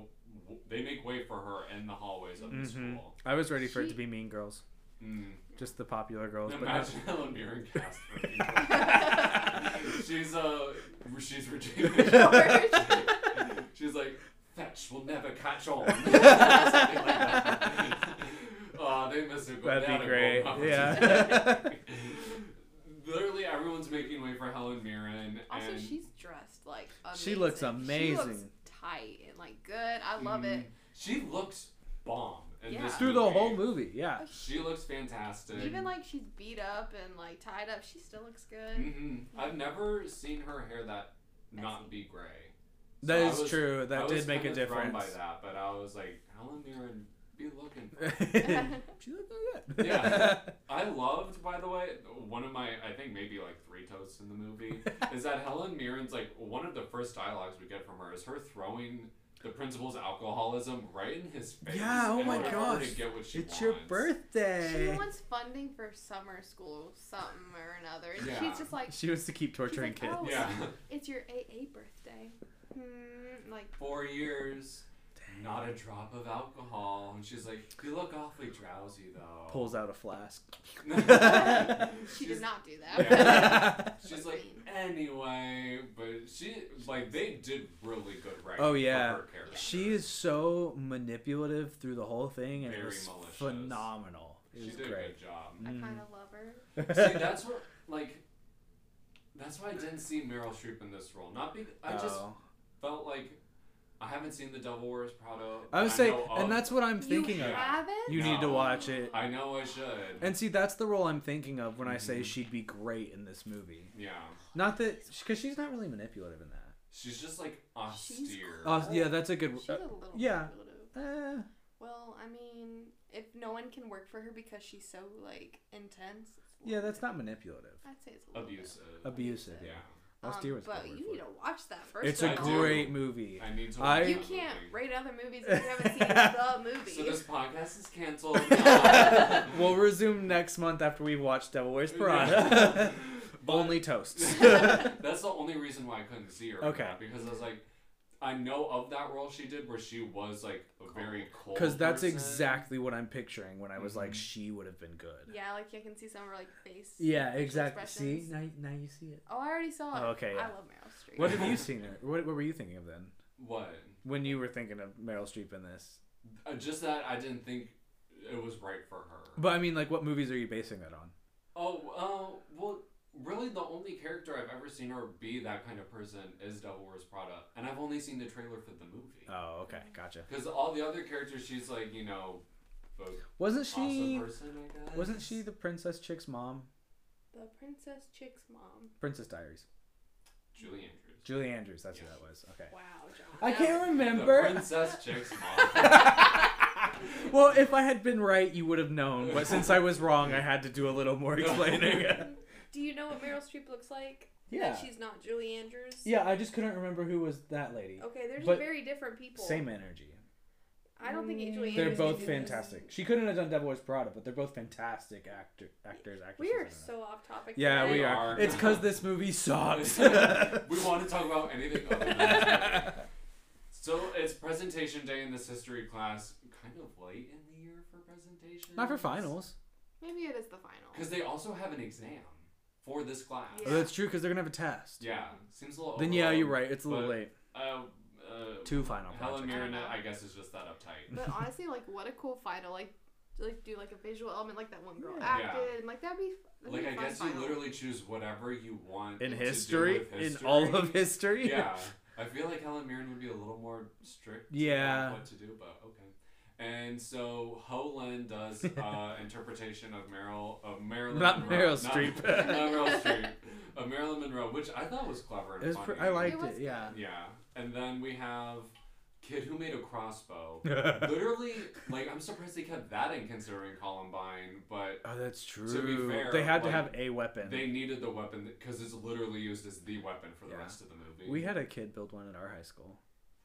A: they make way for her in the hallways of the
B: Mhm.
A: school.
B: I was ready for it to
C: She-
B: be Mean Girls,
A: Mm.
B: just the popular girls. But no.
A: Imagine Helen Mirren cast for people. She's uh, she's Regina. She's like, fetch will never catch on. Something like that. oh, they missed a good
B: That'd
A: that
B: be
A: a
B: great.
A: golden
B: Yeah.
A: opportunity. Literally everyone's making way for Helen Mirren.
C: Also,
A: and
C: she's dressed like amazing.
B: She looks
C: She looks
B: amazing. Mm-hmm.
C: tight and like good. I love
A: Mhm.
C: it.
A: She looks bomb. In
C: Yeah.
A: this
B: Through the
A: movie.
B: whole movie, yeah.
A: She looks fantastic.
C: Even like she's beat up and like tied up, she still looks good.
A: hmm I've never seen her hair that not
C: Messy.
A: be gray. So
B: That
A: I
B: is
A: was-
B: true. That
A: I was
B: did make a
A: kinda thrown
B: difference.
A: by that, but I was like, Helen Mirren, be looking. for
B: she looked good.
A: Yeah. I loved, by the way, one of my, I think maybe like three toasts in the movie, is that Helen Mirren's like one of the first dialogues we get from her is her throwing the principal's alcoholism right in his face.
B: Yeah, oh
A: in
B: my
A: order for her
B: gosh.
A: To get what she
B: it's your
A: wants.
C: She
B: birthday.
C: wants funding for summer school, something or another, and
A: Yeah.
C: she's just like,
B: She wants to keep torturing
C: like, oh.
B: kids.
A: Yeah,
C: "It's your AA birthday." Hmm, like
A: four years, not a drop of alcohol, and she's like, "You look awfully drowsy, though."
B: Pulls out a flask.
C: she
A: She's-
C: did not do that.
A: Yeah.
C: That's
A: She's like,
C: mean.
A: anyway, but she like they did really good writing.
B: Oh, yeah.
A: for her character.
B: she is so manipulative through the whole thing, and it
A: Very
B: was
A: malicious.
B: phenomenal. It
A: She
B: was
A: did a
B: great. Mm.
A: good job.
C: I kind of love her.
A: See, that's what like. That's why I didn't see Meryl Streep in this role. Not because I just
B: Oh.
A: felt like I haven't seen The Devil Wears Prada. but
B: I would say,
A: know of-
B: and that's what I'm thinking
C: you
B: of.
C: haven't?
B: You need to
A: No.
B: watch it.
A: I know I should.
B: And see, that's the role I'm thinking of when I say
A: Mhm.
B: she'd be great in this movie.
A: yeah,
B: Not that, because she's not really manipulative in that.
A: she's just like austere.
B: Oh, yeah, that's a good.
C: She's a little
B: Uh, yeah.
C: manipulative.
B: eh,
C: Well, I mean, if no one can work for her because she's so like intense. it's a
B: yeah,
C: little
B: that's
C: bit-
B: not manipulative.
C: I'd say it's a little bit.
A: abusive.
B: Abusive.
A: Yeah,
B: Austere
C: Um,
B: is a good
C: but
B: word
C: you
B: for
C: need
B: it.
C: to watch that first.
B: It's
A: I
B: a
C: of all.
A: do.
B: great movie.
A: I need to.
B: I-
A: watch
C: You
A: that
C: can't
A: movie.
C: rate other movies if you haven't seen the movie.
A: So this podcast is canceled.
B: We'll resume next month after we've watched Devil Wears
A: Yeah.
B: Prada.
A: But-
B: Only toasts.
A: That's the only reason why I couldn't see her. in
B: Okay.
A: that, Because I was like, I I know of that role she did where she was like a very cold.
B: Because that's
A: person.
B: exactly what I'm picturing when I was like,
A: Mhm.
B: she would have been good.
C: Yeah, like I can see some of her like face.
B: Yeah,
C: facial
B: exactly. See,
C: expressions.
B: now, now you see it.
C: Oh, I already saw it.
B: Oh, okay, yeah.
C: I love Meryl Streep.
B: What have you seen? It? What, what were you thinking of then?
A: What?
B: When you were thinking of Meryl Streep in this?
A: Uh, Just that I didn't think it was right for her.
B: But I mean, like, what movies are you basing that on?
A: Oh, uh, well, really, the only character I've ever seen her be that kind of person is Devil Wears Prada, and I've only seen the trailer for the movie.
B: Oh, okay, gotcha.
A: Because all the other characters, she's like, you know, the
B: Wasn't
A: awesome
B: she?
A: person, I guess.
B: Wasn't she the princess chick's mom?
C: The Princess Chick's mom.
B: Princess Diaries.
A: Julie Andrews?
B: Julie Andrews. That's who
A: Yes.
B: that was. Okay.
C: Wow, John.
B: I
C: That
B: can't
A: The
B: remember.
A: Princess Chick's mom.
B: well, if I had been right, you would have known. But since I was wrong, I had to do a little more explaining.
C: was- Do you know what Meryl Streep looks like?
B: yeah.
C: That she's not Julie Andrews.
B: Yeah, I just couldn't remember who was that lady.
C: Okay, they're just
B: But-
C: very different Oh, people.
B: Same energy.
C: I don't think Julie Andrews.
B: They're both
C: could do this.
B: fantastic. She couldn't have done Devil Wears Prada, but they're both fantastic actor actors
C: We
B: actresses.
C: are
B: I don't know.
C: so off topic.
B: Yeah,
C: today.
B: we
A: We
B: are.
A: are.
B: It's because this movie sucks.
A: we want to talk about anything other than this movie. So it's presentation day in this history class. Kind of late in the year for presentation.
B: Not for finals.
C: Maybe it is the final.
A: Because they also have an exam for this class.
C: Yeah.
B: Oh, that's true because they're gonna have a test.
A: Yeah, seems a little.
B: Then yeah, you're
A: overwhelmed.
B: right. It's a little
A: But-
B: late.
A: Uh, uh,
B: Two final
A: Helen
B: projects.
C: project.
A: Mirren, I guess, is just that uptight.
C: But honestly, like, what a cool final! Like, to, like do like a visual element, like that one girl
B: Yeah.
C: acted,
A: Yeah.
C: and like that'd be that'd
A: Like
C: be a
A: I
C: fun
A: guess
C: final.
A: you literally choose whatever you want
B: In
A: to do
B: history,
A: with
B: in
A: history.
B: all of history.
A: Yeah, I feel like Helen Mirren would be a little more strict. about
B: Yeah.
A: what to do, but okay. And so Holen does uh, interpretation of Meryl of Marilyn
B: Not
A: Monroe,
B: Meryl
A: not-
B: Streep.
A: not Meryl Streep of Marilyn Monroe, which I thought was clever and
B: It was
A: funny.
B: pre- I liked
C: was
B: it. Yeah.
A: Yeah, and then we have kid who made a crossbow.
B: oh,
A: Literally, like I'm surprised they kept that in considering Columbine, but
B: Oh, that's true.
A: fair,
B: they had to
A: like,
B: have a weapon.
A: they needed the weapon because it's literally used as the weapon for the
B: Yeah.
A: rest of the movie.
B: We had a kid build one at our high school.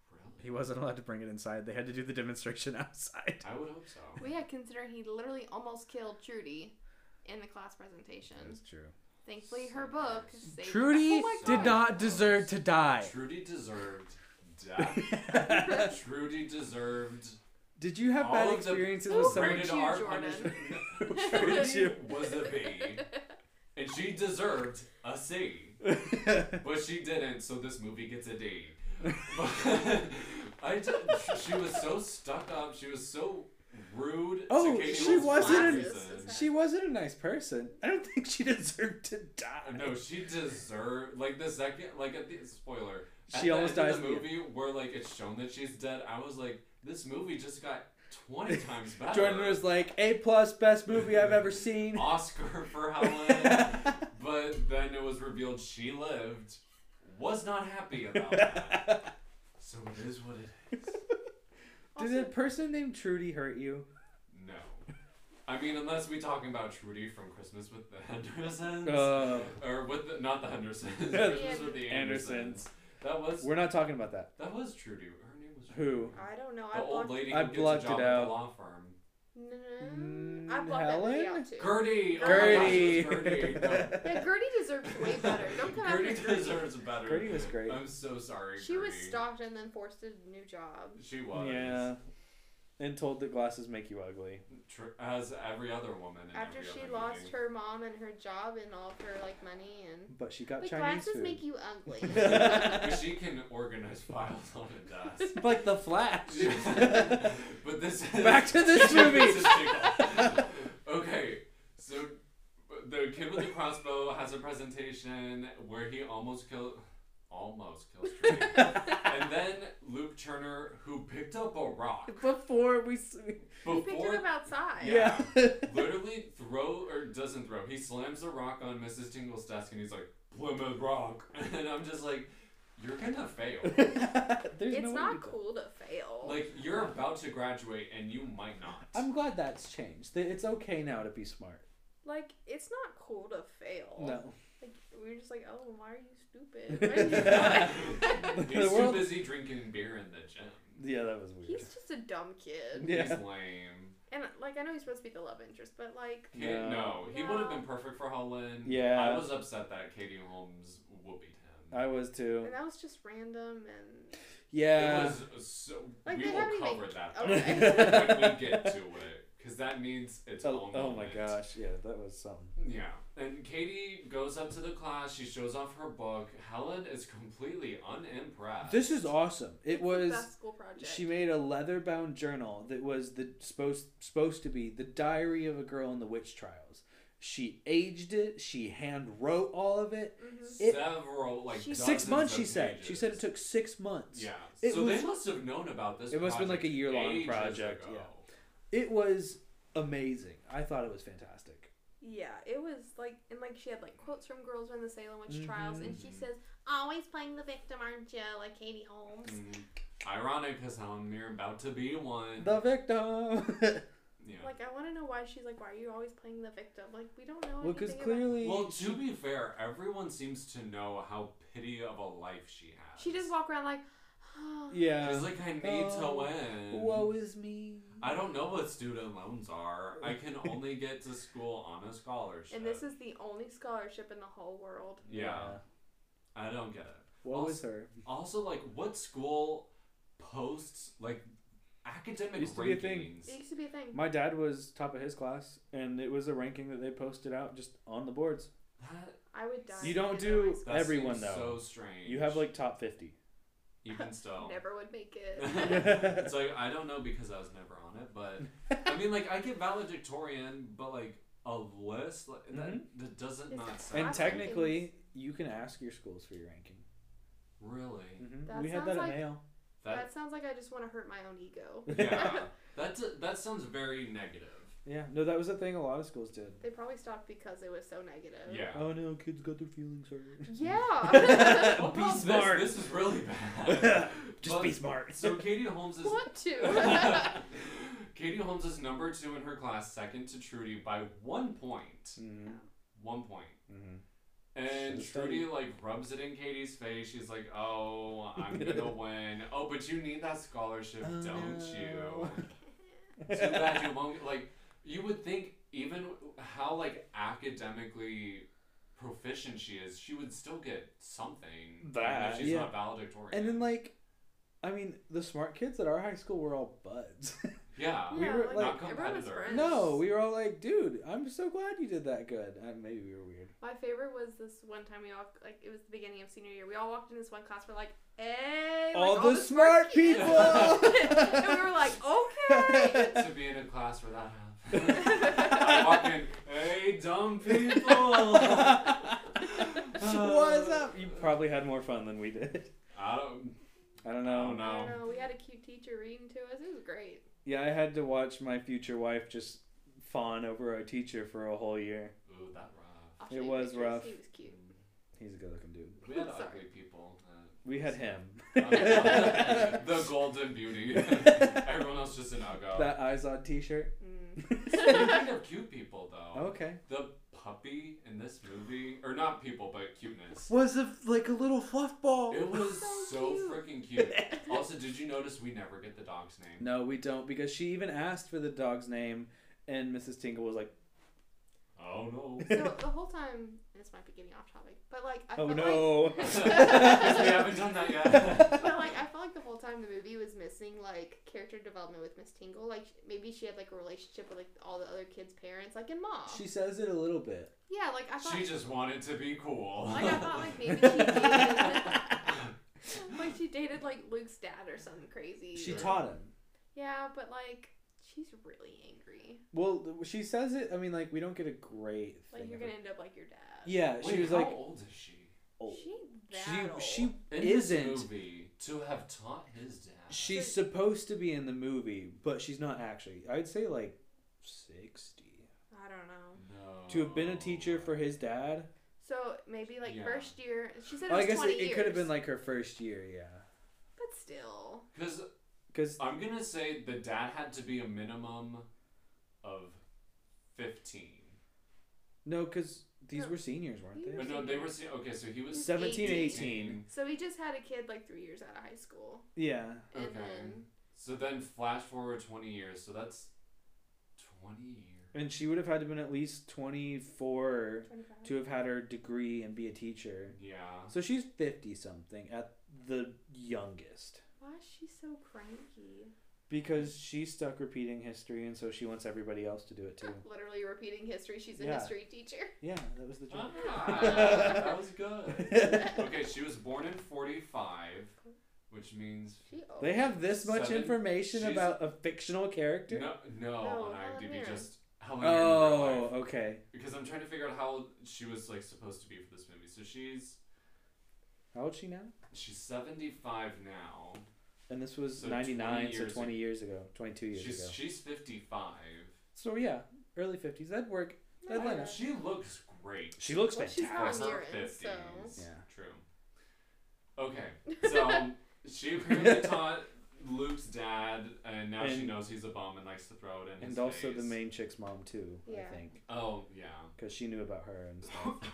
A: really?
B: He wasn't allowed to bring it inside. They had to do the demonstration outside.
A: I would hope so.
C: Well, yeah, considering he literally almost killed Trudy in the class presentation.
B: That's true.
C: Thankfully, her book.
A: Sometimes.
C: saved-
B: Trudy
C: Oh my
B: did
C: God.
B: not deserve to die.
A: Trudy deserved death. Trudy deserved.
B: Did you have
A: All
B: bad
A: of the-
B: experiences
C: Ooh,
B: with someone?
A: rated
C: you,
A: R
C: Jordan.
A: punishment. Trudy was a B, and she deserved a C, but she didn't. So this movie gets a D. But I d- she was so stuck up. She was so rude.
B: Oh,
A: to Katie
B: she
A: Holmes for
B: wasn't
A: no
C: an-
A: reason.
B: she wasn't a nice person. I don't think she deserved to die.
A: No, she deserved like the second like at the spoiler. at
B: She
A: the
B: almost
A: end
B: dies.
A: Of the movie where like it's shown that she's dead. I was like, this movie just got twenty times better.
B: Jordan was like, A plus, best movie I've ever seen.
A: Oscar for Helen, but then it was revealed she lived. Was not happy about that. So it is what it is.
B: Did a person named Trudy hurt you?
A: No. I mean, unless we talking about Trudy from Christmas with the Hendersons,
B: Oh.
A: or with the, not the Hendersons, Christmas with the
B: Andersons.
A: Andersons. That was
B: We're not talking about that.
A: That was Trudy. Her name was Trudy.
B: Who?
C: I don't know.
A: The
C: I
A: old
C: blocked.
A: lady
B: I
A: who
B: blocked
A: gets a
B: it
A: job at
B: out.
A: the law firm.
C: No, I
B: Mm,
C: blocked that video
B: Helen?
C: out too.
A: Gertie.
B: Gertie.
A: Oh my gosh, it was Gertie. No.
C: yeah, Gertie deserves way better. Don't come
A: Gertie
C: after Gertie.
A: deserves better.
B: Gertie was great.
A: I'm so sorry.
C: She was
A: Gertie.
C: stalked and then forced a new job.
A: She was.
B: Yeah. And told that glasses make you ugly.
A: Tr- as every other woman. In
C: After
A: every
C: she
A: other
C: lost
A: movie.
C: her mom and her job and all of her like money and
B: But she got
C: the
B: Chinese
C: glasses
B: food.
C: make you ugly.
A: But she can organize files on a desk.
B: like the Flash.
A: but this is
B: Back to this movie.
A: is Tickle. okay, so the kid with the crossbow has a presentation where he almost killed, almost kills Trudy, and then Luke Turner, who picked up a rock
B: Before we. s-
C: he picked
A: before
C: it up outside.
A: Yeah.
B: yeah.
A: literally throw or doesn't throw. He slams a rock on Mrs. Tingle's desk, and he's like Plymouth Rock, and I'm just like, you're gonna fail.
C: It's
B: There's way to
C: not
B: do that.
C: cool to fail.
A: Like you're about to graduate, and you might not.
B: I'm glad that's changed. That It's okay now to be smart.
C: Like, it's not cool to fail.
B: No.
C: Like we were just like, oh, why are you stupid? Why are you
A: He's
B: The world-
A: too busy drinking beer in the gym.
B: Yeah, that was
C: He's just a dumb kid.
B: Yeah.
A: He's lame.
C: And like I know he's supposed to be the love interest, but like
A: Kid, no.
B: No.
A: he would have been perfect for Holland.
B: Yeah. Uh,
A: I was upset that Katie Holmes whoopied him.
B: I was too.
C: and that was just random and
A: It
B: Yeah.
A: was uh, so,
C: Like,
A: we
C: they
A: will
C: haven't even- Oh,
A: cover that though,
C: Okay.
A: when we get to it because that means it's
B: Oh,
A: own
B: oh my
A: moment.
B: gosh. Yeah, that was something.
A: Yeah. And Katie goes up to the class. She shows off her book. Helen is completely unimpressed.
B: This is awesome. It
C: It's the
B: was.
C: best school project.
B: She made a leather-bound journal that was the supposed supposed to be the diary of a girl in the witch trials. She aged it. She hand wrote all of it.
C: Mhm.
B: it-
A: several like
C: She-
B: six
A: dozens
B: months.
A: of
B: She said. She
A: pages.
B: said it took six months.
A: Yeah.
B: It
A: so
B: was-
A: they must have known about this.
B: It must've been, like, a
A: project
B: year-long
A: ages
B: project,
A: ago.
B: It was amazing. I thought it was fantastic.
C: Yeah, it was like, and like she had like quotes from girls in the Salem witch trials, and she
B: Mm-hmm.
A: Mhm.
C: says, "Always playing the victim, aren't you?" Like Katie Holmes.
A: Mm. Ironic because Helen, you're about to be one.
B: The victim.
A: yeah.
C: Like I want to know why she's like, "Why are you always playing the victim?" Like we don't know.
B: well, because
C: anything about-
B: clearly.
A: well, to be fair, everyone seems to know how pity of a life she has.
C: she just walk around like, "Ah."
B: yeah.
A: She's like, I need
B: Oh,
A: to win.
B: Woe is me.
A: I don't know what student loans are. I can only get to school on a scholarship.
C: And this is the only scholarship in the whole world.
A: Yeah, I don't get it.
B: Woe is her.
A: Also, like, what school posts like academic
B: Used to be a thing.
A: rankings?
C: It used to be a thing.
B: My dad was top of his class, and it was a ranking that they posted out just on the boards.
A: That,
C: I would die.
B: You
C: if
B: don't
C: I didn't know
B: do-
C: my school.
A: that
B: Everyone,
A: seems
B: though.
A: So strange.
B: You have like top fifty.
A: even still.
C: Never would make it.
A: it's like I don't know because I was never on it, but I mean, like, I get valedictorian, but like a list like, that, that doesn't
C: It's
A: not sound
B: Mm-hmm. And
C: Top
B: technically, you can ask your schools for your ranking.
A: really
B: hmm
C: That
B: We had that
C: sounds
B: at
C: like-
B: Mayo.
A: that
C: that sounds like I just want to hurt my own ego.
A: yeah that's that sounds very negative.
B: Yeah, no, that was a thing a lot of schools did.
C: They probably stopped because it was so negative.
A: Yeah.
B: Oh no, kids got their feelings hurt.
C: Yeah.
A: What
B: Be
A: about this?
B: smart.
A: This, is really bad.
B: Just
A: But-
B: be smart.
A: So Katie Holmes is
C: Want to.
A: Katie Holmes is number two in her class, second to Trudy by one point.
B: Mhm,
A: One point.
B: mhm.
A: And
B: Should've
A: Trudy
B: studied.
A: like rubs it in Katie's face. She's like, "Oh, I'm gonna win. Oh, but you need that scholarship,
B: Oh,
A: don't
B: no.
A: you? Too bad you won't. Like, you would think even how like academically proficient she is, she would still get something. even
B: That,
A: if she's
B: yeah.
A: not valedictorian.
B: And then like, I mean, the smart kids at our high school were all buds.
A: yeah,
C: yeah,
B: Uh, We were,
C: like,
A: Not
C: everyone was
A: competitors.
C: friends.
B: no, we were all like, dude, I'm so glad you did that good. Uh, maybe we were weird.
C: My favorite was this one time we all like it was the beginning of senior year. We all walked in this one class. We're like, "Hey, like,
B: all, the, smart
C: kids."
B: people.
C: and we were like, "Okay."
A: to be in a class where that happens. I walk in, hey, dumb people. Uh,
B: What's up? You probably had more fun than we did.
A: I don't,
B: I don't
A: I
B: know.
A: don't
C: I don't
A: know.
C: know. We had a cute teacher reading to us. It was great.
B: Yeah, I had to watch my future wife just fawn over our teacher for a whole year.
A: Ooh, that rough.
C: I'll
B: It
C: show you
B: was
C: pictures.
B: rough.
C: He was cute.
B: He's a good-looking dude.
A: We had
C: Sorry.
A: ugly people.
B: We had him.
A: Uh, the golden beauty. Everyone else just an uggo.
B: That eyes on T-shirt.
C: Mm.
A: Speaking of cute people, though,
B: okay.
A: the puppy in this movie, or not people, but cuteness.
B: Was a, like a little fluff ball.
A: It was
C: So
A: so
C: cute.
A: freaking cute. Also, did you notice we never get the dog's name?
B: No, we don't because she even asked for the dog's name, and Mrs. Tingle was like,
A: Oh no.
C: So the whole time, this might be getting off topic, but like I
B: "Oh
C: felt
B: no."
A: Because we haven't done that yet.
C: like, but like I felt like the whole time the movie was missing like character development with Miss Tingle. Like sh- maybe she had like a relationship with like all the other kids' parents, like and mom.
B: she says it a little bit.
C: yeah, like I thought
A: She just wanted to be cool.
C: Like I thought, like maybe she dated, like she dated like Luke's dad or something crazy.
B: She
C: or-
B: taught him.
C: Yeah, but like she's really angry.
B: Well, th- she says it. I mean, like we don't get a great
C: Like
B: thing.
C: you're
B: of her.
C: gonna end up like your dad.
B: Yeah,
A: Wait,
B: she was
A: how
B: like,
A: old is she?
B: "Oh,
C: She that
B: she
C: old.
B: she
A: In
B: isn't."
A: this movie, to have taught his dad.
B: She's supposed to be in the movie, but she's not actually. I'd say like 60.
C: I don't know.
A: No.
B: To have been a teacher for his dad,
C: So maybe like
A: Yeah.
C: first year. She said it
B: well,
C: was
B: I guess
C: twenty
B: it, it
C: years.
B: could have been like her first year, yeah.
C: But still,
A: Because
B: Because
A: I'm gonna say the dad had to be a minimum of fifteen.
B: no, because these
C: No.
B: were seniors, weren't
A: But
B: they?
A: no, they were se- okay. So he was
B: 17, 18.
A: 18.
C: so he just had a kid like three years out of high school,
B: Yeah,
C: and
A: Okay.
C: then
A: So then flash forward twenty years. So that's twenty years.
B: and she would have had to been at least 24
C: twenty-five.
B: to have had her degree and be a teacher.
A: Yeah.
B: So she's 50 something at the youngest.
C: Why is she so cranky?
B: because she's stuck repeating history, and so she wants everybody else to do it too.
C: Literally repeating history. She's a
B: Yeah.
C: history teacher.
B: Yeah, that was the
A: Ah,
B: joke.
A: that was good. Okay, she was born in 45, which means.
C: She old.
B: They have this much
A: Seven.
B: information
A: She's-
B: about a fictional character.
A: No, no,
C: No,
A: on
C: Helen
A: IMDb,
C: Mirren.
A: just Helen Mirren in real
B: Oh,
A: life.
B: okay.
A: Because I'm trying to figure out how old she was like supposed to be for this movie. So she's
B: How old is she now?
A: she's 75 now.
B: And this was
A: So
B: 99,
A: 20
B: so
A: years
B: 20 years ago, 22 years
A: She's
B: ago.
A: she's 55.
B: So yeah, early 50s. That'd work.
C: No,
B: That'd
A: I-
B: land.
A: She looks great.
B: She looks
C: Well, she's
B: fantastic.
A: for her
C: Helen Mirren,
A: 50s.
C: so-
B: Yeah.
A: True. Okay, so um, she apparently taught Luke's dad, and now she
B: And-
A: knows he's a bum and likes to throw it in. his
B: And also the
A: face.
B: main chick's mom too,
C: Yeah.
B: I think,
A: Oh yeah,
B: because she knew about her and stuff.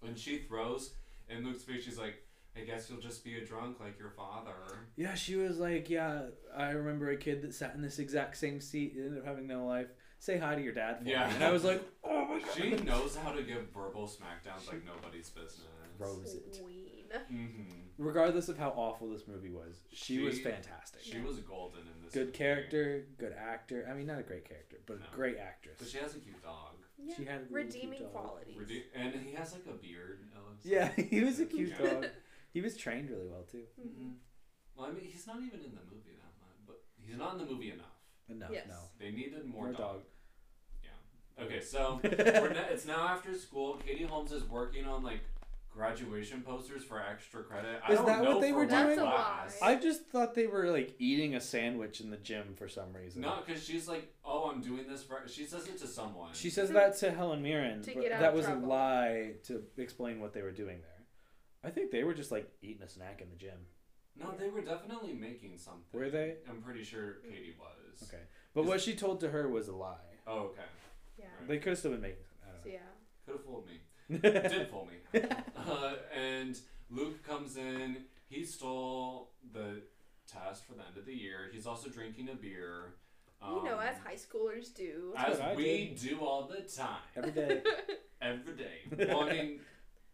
A: when she throws in Luke's face, she's like, "I guess you'll just be a drunk like your father."
B: yeah, she was like, yeah, I remember a kid that sat in this exact same seat, ended up having no life. Say hi to your dad. For
A: Yeah.
B: me. And I was like, oh my god.
A: She knows how to give verbal smackdowns like nobody's business.
B: Rose it.
C: Queen.
A: Mhm.
B: Regardless of how awful this movie was, she, was
A: She-
B: fantastic.
A: She was golden in this.
B: good
A: movie.
B: character, good actor. I mean, not a great character, but
A: No.
B: a great actress.
A: But she has a cute dog.
C: Yeah.
B: She had a really cute
C: redeeming
B: dog.
C: qualities.
A: Redu- and he has like a beard. It looks
B: yeah,
A: like.
B: he was a cute
A: Yeah.
B: dog. He was trained really well too.
C: Mhm.
A: Mhm. Well, I mean, he's not even in the movie that much, but he's not in the movie enough.
B: But no,
C: Yes.
B: no.
A: They needed more,
B: More
A: dog.
B: dog.
A: Yeah. Okay, so we're na- it's now after school. Katie Holmes is working on like graduation posters for extra credit. I
B: Is
A: don't
B: that
A: know
B: what they
A: for
B: were
C: doing? That's a
A: class.
C: lie.
B: I just thought they were like eating a sandwich in the gym for some reason.
A: No, because she's like, oh, I'm doing this for. She says it to someone.
B: She says that to Helen Mirren,
C: To
B: but
C: get out
B: that
C: of
B: was
C: trouble.
B: a lie to explain what they were doing there. I think they were just like eating a snack in the gym.
A: No, they were definitely making something.
B: Were they?
A: I'm pretty sure Katie was.
B: Okay. But what she told to her was a lie.
A: Oh, okay.
C: Yeah.
B: They could have still been making
C: So, yeah.
A: Could have fooled me.
B: something. I don't know.
A: Did fool me. uh, and Luke comes in. He stole the test for the end of the year. He's also drinking a beer.
C: you
A: Um,
C: know, as high schoolers do.
B: That's
A: as
B: what I
A: we do all the time,
B: Every day.
A: every day. Well, I mean,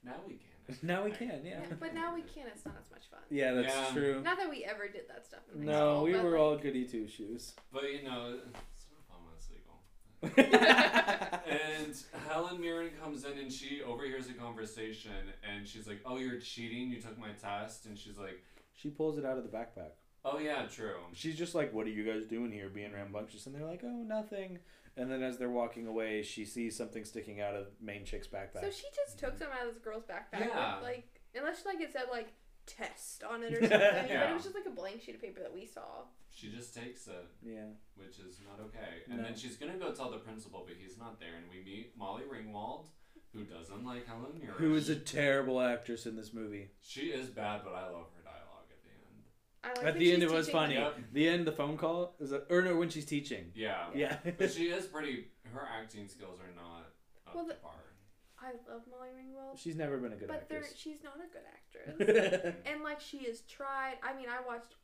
A: now we can.
B: Now we can, yeah.
C: Yeah, but now we can't. It's not as much fun.
B: Yeah, that's
A: Yeah.
B: true.
C: Not that we ever did that stuff. In high
B: No,
C: school,
B: we
C: but,
B: were
C: like,
B: all goody two shoes.
A: But you know, it's not fun when it's legal.
B: yeah,
A: And Helen Mirren comes in and she overhears a conversation and she's like, "Oh, you're cheating. You took my test." And she's like,
B: she pulls it out of the backpack.
A: "Oh yeah, true."
B: She's just like, "What are you guys doing here, being rambunctious?" And they're like, "Oh, nothing." And then as they're walking away, she sees something sticking out of main chick's backpack.
C: So she just took some out of this girl's backpack.
A: Yeah.
C: With, like, unless like it said like test on it or something, but
A: Yeah.
C: it was just like a blank sheet of paper that we saw.
A: She just takes it,
B: yeah,
A: which is not okay. And
B: No.
A: then she's gonna go tell the principal, but he's not there. And we meet Molly Ringwald, who doesn't like Helen Mirren.
B: who is a terrible actress in this movie.
A: She is bad, but I love her dialogue at the end.
C: I like
B: At
C: that
B: the end,
C: she's
B: it was
C: teaching-
B: funny.
A: Yep.
B: The end, the phone call is, a, or no, when she's teaching.
A: Yeah.
B: Yeah,
A: but she is pretty. Her acting skills are not up
C: Well,
A: to
C: the-
A: par.
C: I love Molly Ringwald,
B: she's never been a good
C: but there
B: actress.
C: she's not a good actress. and like she has tried. I mean, I watched.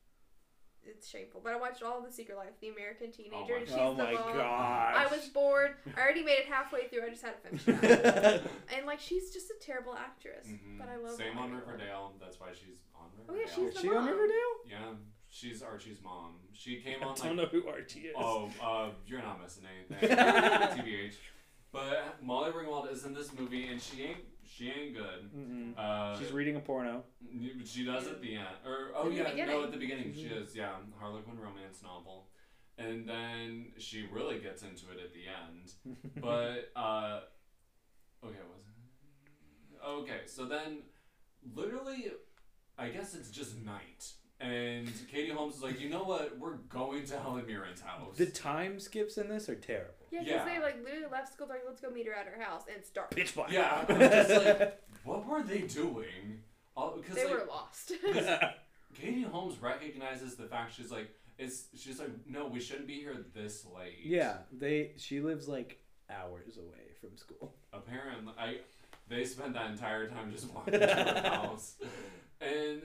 C: It's shameful, but I watched all of The Secret Life of the American Teenager, and she's
B: oh
C: the
B: my
C: mom.
B: gosh!
C: I was bored. I already made it halfway through. I just had to finish it. and like she's just a terrible actress,
A: Mhm.
C: but I love.
A: Same
C: Molly
A: on
C: Ringwald.
A: Riverdale. That's why she's on
C: Oh,
A: Riverdale.
C: yeah, she's
B: Is
C: the
B: she on
C: mom.
B: Riverdale?
A: Yeah, she's Archie's mom. She came
B: I
A: on
B: don't
A: like,
B: know who Archie is.
A: oh, uh, you're not missing anything, TBH. But Molly Ringwald is in this movie, and she ain't she ain't good.
B: Mm-mm.
A: Uh,
B: She's reading a porno.
A: she does at the end, or oh
C: In the
A: yeah, no,
C: beginning. Mm-hmm.
A: at the beginning she is yeah Harlequin romance novel, and then she really gets into it at the end.
B: Mm-hmm.
A: But uh, okay, was it? okay. So then, literally, I guess it's just night, and Katie Holmes is like, you know what? We're going to Helen Mirren's house.
B: the time skips in this are terrible.
C: Yeah, because
A: Yeah.
C: they like literally left school. They're like, let's go meet her at her house, and it's dark.
B: Pitch black.
A: yeah, I'm just like, what were they doing? Because
C: They
A: like,
C: were lost.
A: Katie Holmes recognizes the fact she's like, it's she's like, no, we shouldn't be here this late.
B: yeah, they. She lives like hours away from school.
A: apparently I they spent that entire time just walking to her house. And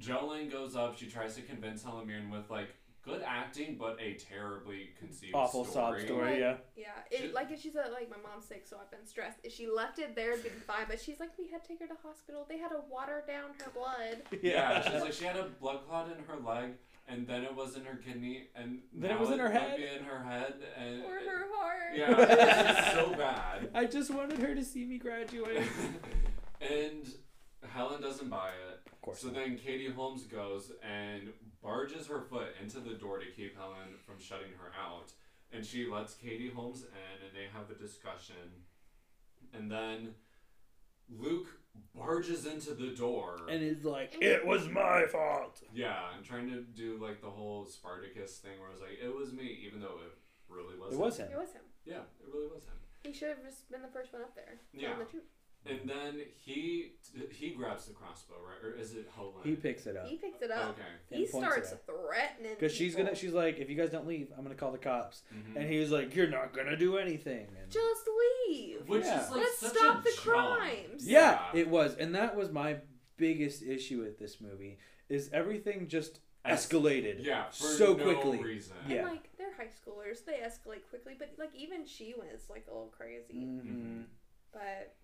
A: Jolene goes up, she tries to convince Helen Mirren with like, good acting, but a terribly conceived
B: Awful
A: story.
B: sob story, yeah.
C: Yeah, it,
A: Should-
C: like if she said like my mom's sick, so I've been stressed. If she left it there, it'd been fine. But she's like, we had to take her to hospital. They had to water down her blood.
A: Yeah, she's like she had a blood clot in her leg, and then it was in her kidney, and
B: Then it
A: now
B: was in her
A: might
B: head.
A: be in her head, and
C: Or her heart.
A: Uh, yeah, it's just so bad.
B: I just wanted her to see me graduate.
A: and Helen doesn't buy it.
B: Of course.
A: So then Katie Holmes goes and barges her foot into the door to keep Helen from shutting her out. And she lets Katie Holmes in and they have a discussion. And then Luke barges into the door.
B: and it's like, it was my fault.
A: yeah, I'm trying to do like the whole Spartacus thing where it's like, it was me, even though it really wasn't.
B: It was him.
C: It was him.
A: Yeah, it really was him.
C: He should have just been the first one up there.
A: Yeah.
C: Telling the truth.
A: And then he he grabs the crossbow, right? Or is it Helen?
B: He picks it up
C: He picks it
B: Oh,
C: up.
A: Okay.
C: He
B: And points it
C: starts
B: up.
C: threatening.
B: because she's
C: people.
B: gonna. She's like, if you guys don't leave, I'm gonna call the cops.
A: Mhm.
B: And he was like, you're not gonna do anything. And
C: just leave.
A: Which
B: Yeah.
A: is like
C: Let's
A: such
C: stop
A: a
C: the
A: jump.
C: crimes.
B: yeah,
A: Yeah.
B: it was, and that was my biggest issue with this movie is everything just
A: Es-
B: escalated.
A: Yeah, for
B: so
A: no
B: quickly.
A: reason.
C: And
B: Yeah.
C: like they're high schoolers, they escalate quickly. But like even she was like a little crazy.
B: Mhm.
C: But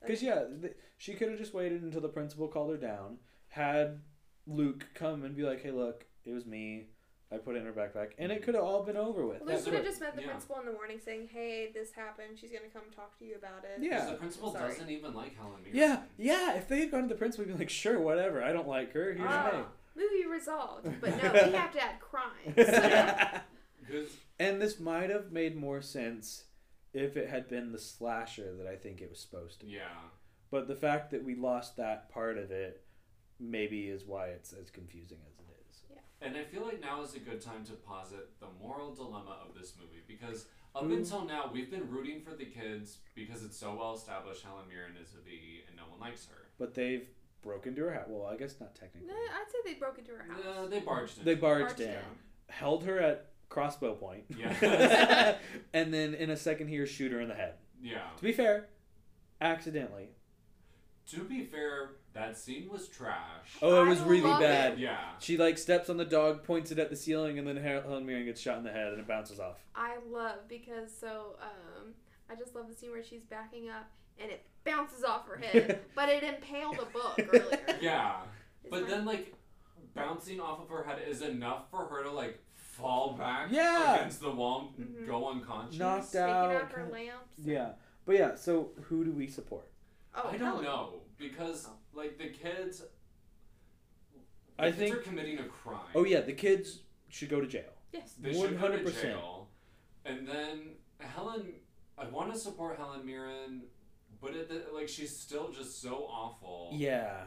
B: Because yeah, th- she could have just waited until the principal called her down, had Luke come and be like, "Hey, look, it was me. I put it in her backpack," and
A: Mm-hmm.
B: it could have all been over with.
C: Luke
B: That's
A: That's
C: would have
B: what-
C: just met the
A: yeah.
C: principal in the morning saying, "Hey, this happened. She's gonna come talk to you about it."
B: Yeah.
A: Because the principal
C: Sorry.
A: doesn't even like Helen Mirren.
B: yeah, yeah. If they had gone to the principal, he'd be like, "Sure, whatever. I don't like her. Here's
C: Ah.
B: me."
C: Movie resolved, but no, we have to add crimes.
A: Because
B: and this might have made more sense if it had been the slasher that I think it was supposed to. be.
A: yeah,
B: But the fact that we lost that part of it maybe is why it's as confusing as it is.
A: and I feel like now is a good time to posit the moral dilemma of this movie because up
B: Ooh.
A: until now we've been rooting for the kids because it's so well established Helen Mirren is a V and no one likes her.
B: But they've broken into her house. Well, I guess not technically.
C: no, I'd say they broke into her house.
A: Uh, they barged in.
B: They barged
C: Eh, Barged
B: in,
C: in.
B: held her at crossbow point,
A: Yeah.
B: and then in a second here, shoot her in the head.
A: yeah.
B: To be fair, accidentally.
A: To be fair, that scene was trash.
B: Oh, it
C: I
B: was really
C: love
B: bad.
A: Yeah.
B: She like steps on the dog, points it at the ceiling, and then Helen Mirren gets shot in the head, and it bounces off.
C: I love because so um, I just love the scene where she's backing up and it bounces off her head, but it impaled a book earlier.
A: Yeah.
C: It's
A: But
C: like-
A: then like bouncing off of her head is enough for her to like fall back
B: Yeah.
A: against the wall, and
C: Mhm.
A: go unconscious.
B: Knocked
C: taking
B: out.
C: out her lamps.
B: Yeah, but yeah. So who do we support?
C: Oh,
A: I
C: hell
A: don't know because like the kids. the
B: I
A: kids
B: think-
A: are committing a crime.
B: Oh yeah, the kids should go to jail.
C: Yes.
A: they should go to
B: 100%.
A: jail. And then Helen, I want to support Helen Mirren, but it, like she's still just so awful.
B: Yeah,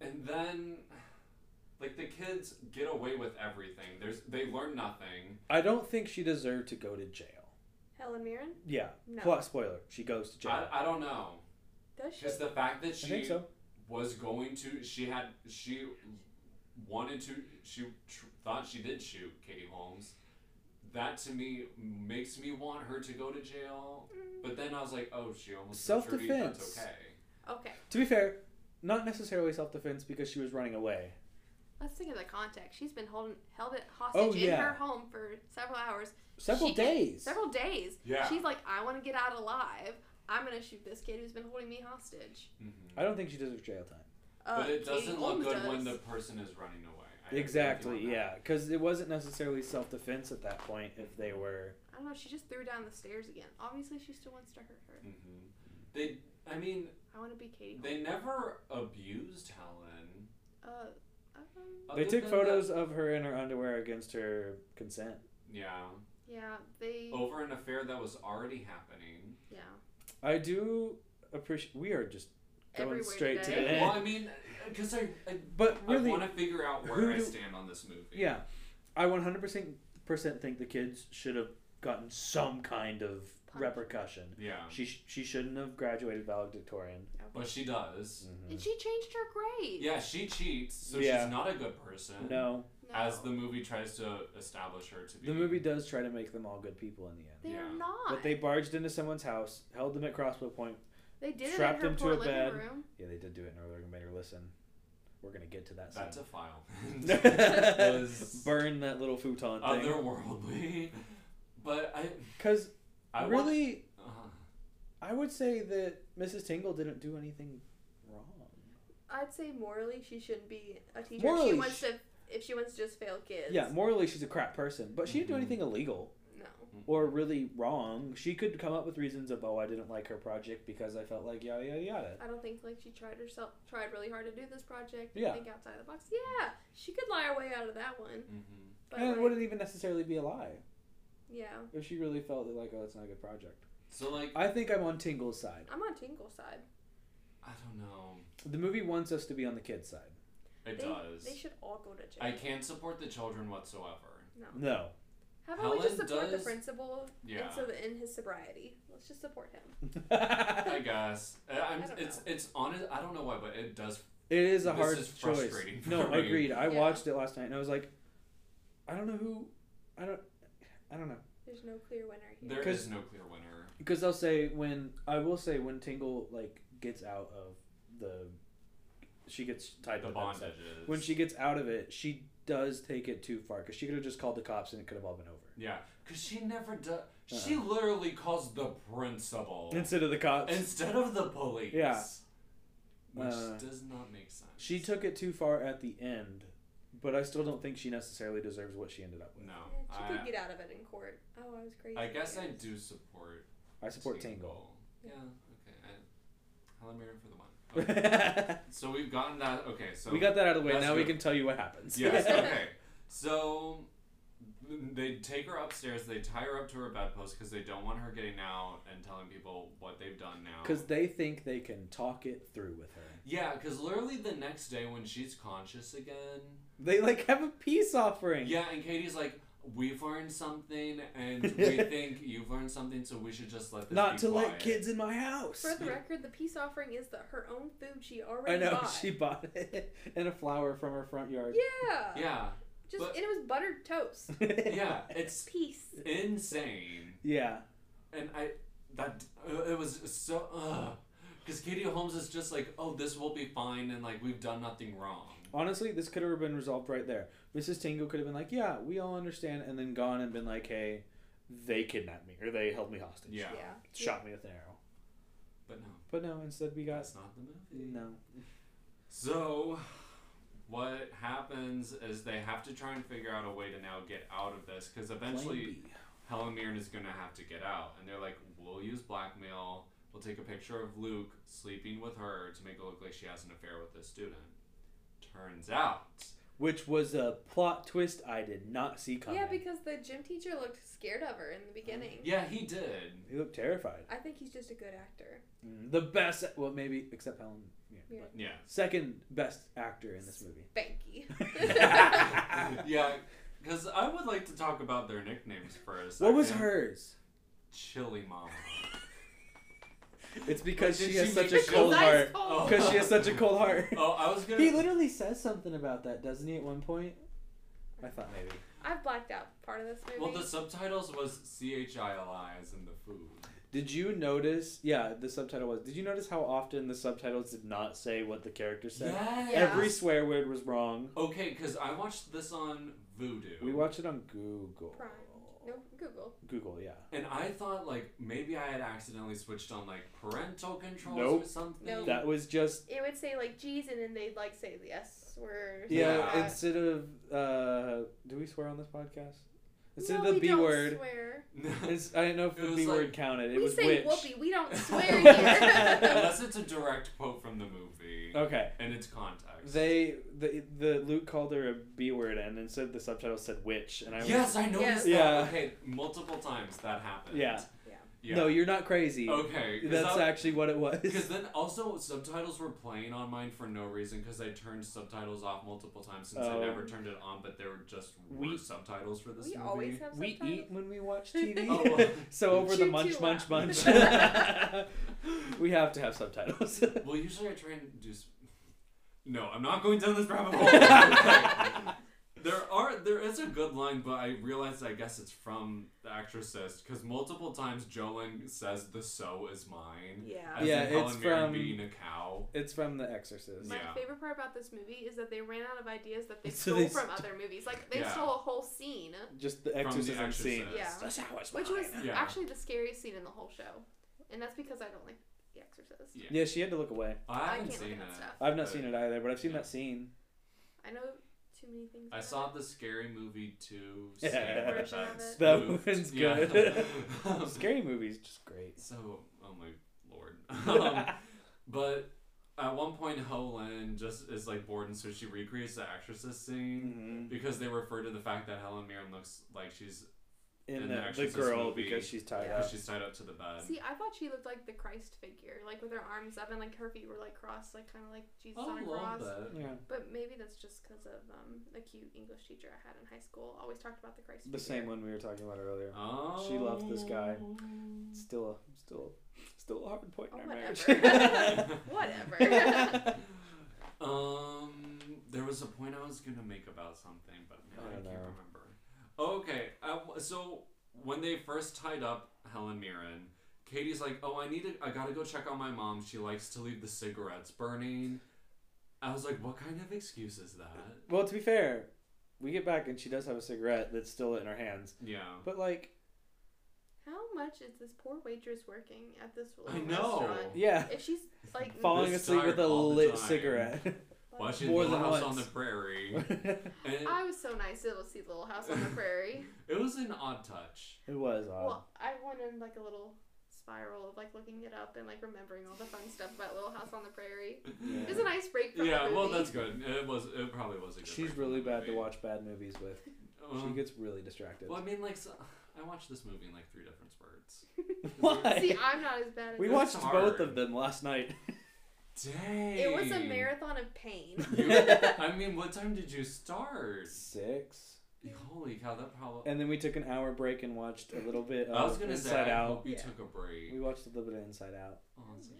A: And then, like the kids get away with everything. There's they learn nothing.
B: I don't think she deserved to go to jail.
C: Helen Mirren?
B: Yeah.
C: No.
B: Plot spoiler: she goes to jail. I,
A: I, I don't know.
C: Does she?
A: Just the fact that she
B: think so.
A: was going to, she had, she wanted to, she tr- thought she did shoot Katie Holmes. That to me makes me want her to go to jail. But then I was like, oh, she almost injured me.
B: Self-defense.
A: That's okay.
C: Okay.
B: To be fair, not necessarily self-defense because she was running away.
C: Let's think of the context. She's been holding held it hostage
B: Oh,
C: in
B: yeah.
C: her home for several hours.
B: Several
C: She-
B: days.
C: Several days.
A: Yeah.
C: She's like, I want to get out alive. I'm gonna shoot this kid who's been holding me hostage.
A: Mhm.
B: I don't think she deserves jail time.
C: Uh,
A: but it
C: Katie
A: doesn't look
C: Holmes
A: good
C: does.
A: when the person is running away. I agree with you on
B: Exactly.
A: that.
B: Yeah, because it wasn't necessarily self-defense at that point. If they were,
C: I don't know. She just threw down the stairs again. Obviously, she still wants to hurt her.
A: Mhm. They, I mean,
C: I want to be Katie.
A: they never abused Helen.
C: Uh, um,
B: they
A: other
B: took
A: than
B: photos
A: that-
B: of her in her underwear against her consent.
A: yeah,
C: yeah, they.
A: over an affair that was already happening.
C: Yeah.
B: I do appreciate. We are just Going
C: Everywhere
B: straight to the
C: today.
B: end.
A: Well, I mean, because I, I,
B: but really
A: I want to figure out
B: who
A: where I
B: do-
A: stand on this movie.
B: Yeah, I 100% percent think the kids should have gotten some kind of
C: Punch.
B: repercussion.
A: yeah,
B: She sh- she shouldn't have graduated valedictorian.
A: but she does.
C: And she changed her grade.
A: Yeah, she cheats, so
B: Yeah.
A: she's not a good person.
B: No,
C: No,
A: As the movie tries to establish her to be.
B: the movie does try to make them all good people in the end.
C: they're
A: yeah.
C: not.
B: But they barged into someone's house, held them at crossbow point.
C: They did
B: strapped
C: it in her
B: them to
C: poor
B: a
C: living
B: bed.
C: room.
B: Yeah, they did do it in order to make her listen.
D: We're gonna get to that
A: That
D: soon.
A: defilement was
B: Burn that little futon
A: Uh,
B: thing.
A: otherworldly. But I,
B: Because
A: I want- uh-huh,
B: really,
A: Ugh.
B: I would say that Mrs. Tingle didn't do anything wrong.
C: I'd say morally she shouldn't be a teacher. if
B: Morally,
C: she wants
B: sh-
C: to, if she wants to just fail kids.
B: Yeah, morally she's a crap person, but she didn't
C: Mm-hmm.
B: do
A: Mhm.
B: anything illegal
C: No.
B: or really wrong. She could come up with reasons of oh I didn't like her project because I felt like yada yada yada.
C: I don't think like she tried herself tried really hard to do this project.
B: Yeah.
C: Think outside the box. Yeah, she could lie her way out of that one.
A: Mhm.
C: But
B: and it
C: like,
B: wouldn't even necessarily be a lie
C: yeah,
B: if she really felt that like oh that's not a good project.
A: So like I,
B: I think I'm on Tingle's side.
C: I'm on Tingle's side.
A: don't know.
B: The movie wants us to be on the kid's side.
A: It
C: they,
A: does.
C: They should all go to jail.
A: I can't support the children whatsoever.
C: No.
B: No,
C: How about we just
A: Helen
C: support the
A: does-
C: principal
A: Yeah.
C: and so the, in his sobriety? Let's just support him.
A: I
B: it
A: guess I- I'm,
C: I don't
A: it's it's honest. I don't know why, but it does.
B: is a
A: This
B: hard
A: is
B: choice.
A: frustrating
B: No,
A: for
B: I
A: me.
B: agreed. I
C: Yeah.
B: watched it last night and I was like, I don't know who, I don't, I don't know.
C: There's no clear winner here.
A: There
B: 'Cause-
A: is no clear winner.
B: Because I'll say when I will say when Tingle like gets out of the, she gets tied to
A: The
B: the bondages.
A: bondages.
B: When she gets out of it, she does take it too far because she could have just called the cops and it could have all been over.
A: yeah, because she never does.
B: Uh-huh.
A: She literally calls the principal
B: Instead of the cops,
A: instead of the police.
B: Yeah.
A: Which
B: Uh,
A: does not make sense.
B: she took it too far at the end, but I still don't think she necessarily deserves what she ended up with.
A: No.
C: Yeah, she
A: I,
C: could get out of it in court. Oh, I was crazy.
A: I guess I do support.
B: I support Tingle.
A: Yeah. Okay. I, Helen Mirren for the
B: we
A: one. Okay.
B: got
A: so we've gotten that. Okay. So
B: that out of the way.
A: That's
B: Now we
A: good.
B: can tell you what happens.
A: Yes. Okay. So they take her upstairs. They tie her up to her bedpost because they don't want her getting out and telling people what they've done now.
B: Because they think they can talk it through with her.
A: yeah, because literally the next day when she's conscious again,
B: They like have a peace offering.
A: yeah, and Katie's like. We've learned something, and we think you've learned something, so we should just let this
B: Not
A: be
B: to let
A: quiet."
B: kids in my house.
C: For the record, the peace offering is the her own food she
B: I
C: already
B: know
C: bought.
B: she bought it and a flower from her front yard.
C: Yeah.
A: Yeah,
C: Just
A: but-
C: and it was buttered toast.
A: yeah, it's
C: Peace.
A: insane.
B: yeah.
A: and I that uh, it was so because Katie Holmes is just like, oh, this will be fine, and like we've done nothing wrong.
B: Honestly, this could have been resolved right there. Mrs. Tingle could have been like, "Yeah, we all understand," and then gone and been like, "Hey, they kidnapped me or they held me hostage.
A: Yeah,
B: Shot me with an arrow."
A: but no,
B: But no, instead we got
A: that's not the movie.
B: no.
A: So what happens is they have to try and figure out a way to now get out of this because eventually
B: Plan B.
A: Helen Mirren is gonna have to get out, and they're like, we'll use blackmail. We'll take a picture of Luke sleeping with her to make it look like she has an affair with this student. Turns out.
B: which was a plot twist I did not see coming.
C: Yeah, because the gym teacher looked scared of her in the beginning.
A: Yeah, he did.
B: he looked terrified.
C: I think he's just a good actor.
B: Mm, The best, well, maybe except Helen. Yeah,
C: Yeah.
B: but-
A: Yeah.
B: Second best actor in this movie.
C: Banky.
A: yeah, because I would like to talk about their nicknames first.
B: what was hers?
A: Chili Mama?
B: It's because
A: Did
B: she has
A: she
B: such
A: make
B: a
A: the
B: cold
A: show?
B: heart.
A: Oh.
B: Because she has such a cold heart.
A: Oh, I was gonna.
B: He literally says something about that, doesn't he, at one point? I thought maybe.
C: I've blacked out part of this movie.
A: well, the subtitles was C H I L I as in the food.
B: Did you notice? Yeah, the subtitle was. Did you notice how often the subtitles did not say what the character said?
A: Yes.
C: Yeah.
B: Every swear word was wrong.
A: Okay, because I watched this on Voodoo.
B: We watched it on Google.
C: Prime. No, Google.
B: Google, yeah.
A: And I thought like maybe I had accidentally switched on like parental controls
B: Nope.
A: or something.
C: Nope.
B: That was just
C: It would say like G's and then they'd like say the S word. or
A: Yeah.
B: Yeah,
C: something like that.
B: instead of uh, do we swear on this podcast? Instead
C: No,
B: of the
C: we
B: B
C: don't
B: word,
C: Swear.
B: it's, I didn't know if
A: It
B: the
A: was
B: B
A: like-
B: word counted. It
C: we
B: was
C: say
B: which.
C: whoopee. We don't swear here.
A: Unless it's a direct quote from the movie
B: Okay,
A: and its context.
B: Oh. they the the Luke called her a B word, and instead the subtitle said witch, and I was
A: yes, I noticed
B: Yes.
A: that.
B: Yeah.
A: Okay, multiple times that happened.
B: Yeah.
C: Yeah.
A: Yeah.
B: no, you're not crazy.
A: Okay. 'cause
B: That's
A: that-
B: actually what it was.
A: Because then also subtitles were playing on mine for no reason because I turned subtitles off multiple times since
B: Oh.
A: I never turned it on, but there were just
B: We-
A: worse subtitles for this
C: we
A: movie.
C: always have
B: we
C: subtitles.
B: eat when we watch TV,
A: Oh, well.
B: so over the
C: Chew
B: munch,
C: too
B: munch,
C: loud.
B: munch, we have to have subtitles.
A: well, Oh, usually I try and do. s- No, I'm not going down this rabbit hole. There are there is a good line, but I realized I guess it's from The Exorcist because multiple times Joan says the so is mine.
C: Yeah.
A: As in
B: Yeah,
A: Helen
B: it's
A: Mirren
B: from-
A: being a cow.
B: It's from The Exorcist.
C: My
A: Yeah.
C: favorite part about this movie is that they ran out of ideas that they
B: So
C: stole
B: they
C: from
B: st-
C: other movies. Like they
A: Yeah.
C: stole a whole scene,
B: Just the
A: From
B: exorcism
A: The
B: scene.
A: Exorcist.
C: Yeah.
B: That's how it's
C: which was
B: mine.
A: Yeah.
C: actually the scariest scene in the whole show, and that's because I don't like The Exorcist.
A: Yeah.
B: Yeah, she had to look away.
A: I
C: I
A: haven't
C: can't
A: seen
C: look at
A: it.
C: that stuff.
B: I've not
A: but
B: seen it either, but I've seen
A: yeah.
B: that scene.
C: I know too many things.
A: I
C: about
A: saw
C: it.
A: the scary movie two.
B: Yeah.
C: Version of it.
B: That
A: spoofed.
B: one's
A: Yeah. Um,
B: good. Scary movies, just great.
A: So, oh my lord. Um, but at one point, Helen just is like bored, and so she recreates the Exorcist scene
B: Mhm.
A: because they refer to the fact that Helen Mirren looks like she's
B: In,
A: In The
B: the, the,
A: Exorcist
B: girl
A: movie.
B: because she's tied
C: Yeah.
A: because
B: up.
A: she's tied up to the bed.
C: See, I thought she looked like the Christ figure, like with her arms up and like her feet were like crossed, like kind of like Jesus
B: Oh,
C: on
A: I
C: a
A: love
C: cross.
A: that.
B: Yeah.
C: But maybe that's just because of um, the cute English teacher I had in high school. Always talked about the Christ.
B: The
C: figure.
B: same one we were talking about earlier.
A: Oh.
B: She loved this guy. Still a still still a hard point in
C: Oh,
B: our marriage.
C: whatever. Whatever.
A: Um, there was a point I was gonna make about something, but now
B: I
A: I,
B: don't
A: can't
B: know.
A: remember. Okay, I w so when they first tied up Helen Mirren, Katie's like, "Oh, I need to. I gotta go check on my mom. She likes to leave the cigarettes burning." I was like, "What kind of excuse is that?"
B: well, to be fair, we get back and she does have a cigarette that's still in her hands.
A: Yeah,
B: But like,
C: How much is this poor waitress working at this
A: I
C: little
A: know.
C: restaurant?
B: yeah,
C: If she's like
B: falling
A: This
B: asleep with
A: tired
B: a
A: all the
B: lit
A: time.
B: cigarette.
A: Well, she's
B: More
A: Little
B: than
A: House on
B: once.
A: the Prairie.
B: it
A: And
C: I was so nice to see Little House on the Prairie.
A: it was an odd touch.
B: was odd.
C: well, I went in like a little spiral of like looking it up and like remembering all the fun stuff about Little House on the Prairie. It was a nice break from
A: Yeah,
C: the
A: well,
C: movie.
A: that's good. It was. It probably was a good. break
B: she's
A: from
B: really
A: the
B: bad to
A: movie.
B: watch bad movies with. She
A: Um,
B: gets really distracted.
A: Well, I mean, like, so, I watched this movie in like three different spurts.
B: Why?
C: See, I'm not as bad as
B: we
A: It's
C: you.
B: watched both
A: hard.
B: of them last night.
A: Dang.
C: It was a marathon of pain.
A: You- I mean, what time did you start?
B: Six.
A: Holy cow, that probably.
B: And then we took an hour break and watched a little bit of
A: I was gonna
B: Inside
A: say, I
B: Out. Mm.
A: hope you
C: Yeah.
A: took a break.
B: We watched a little bit of Inside Out.
A: Oh, that's such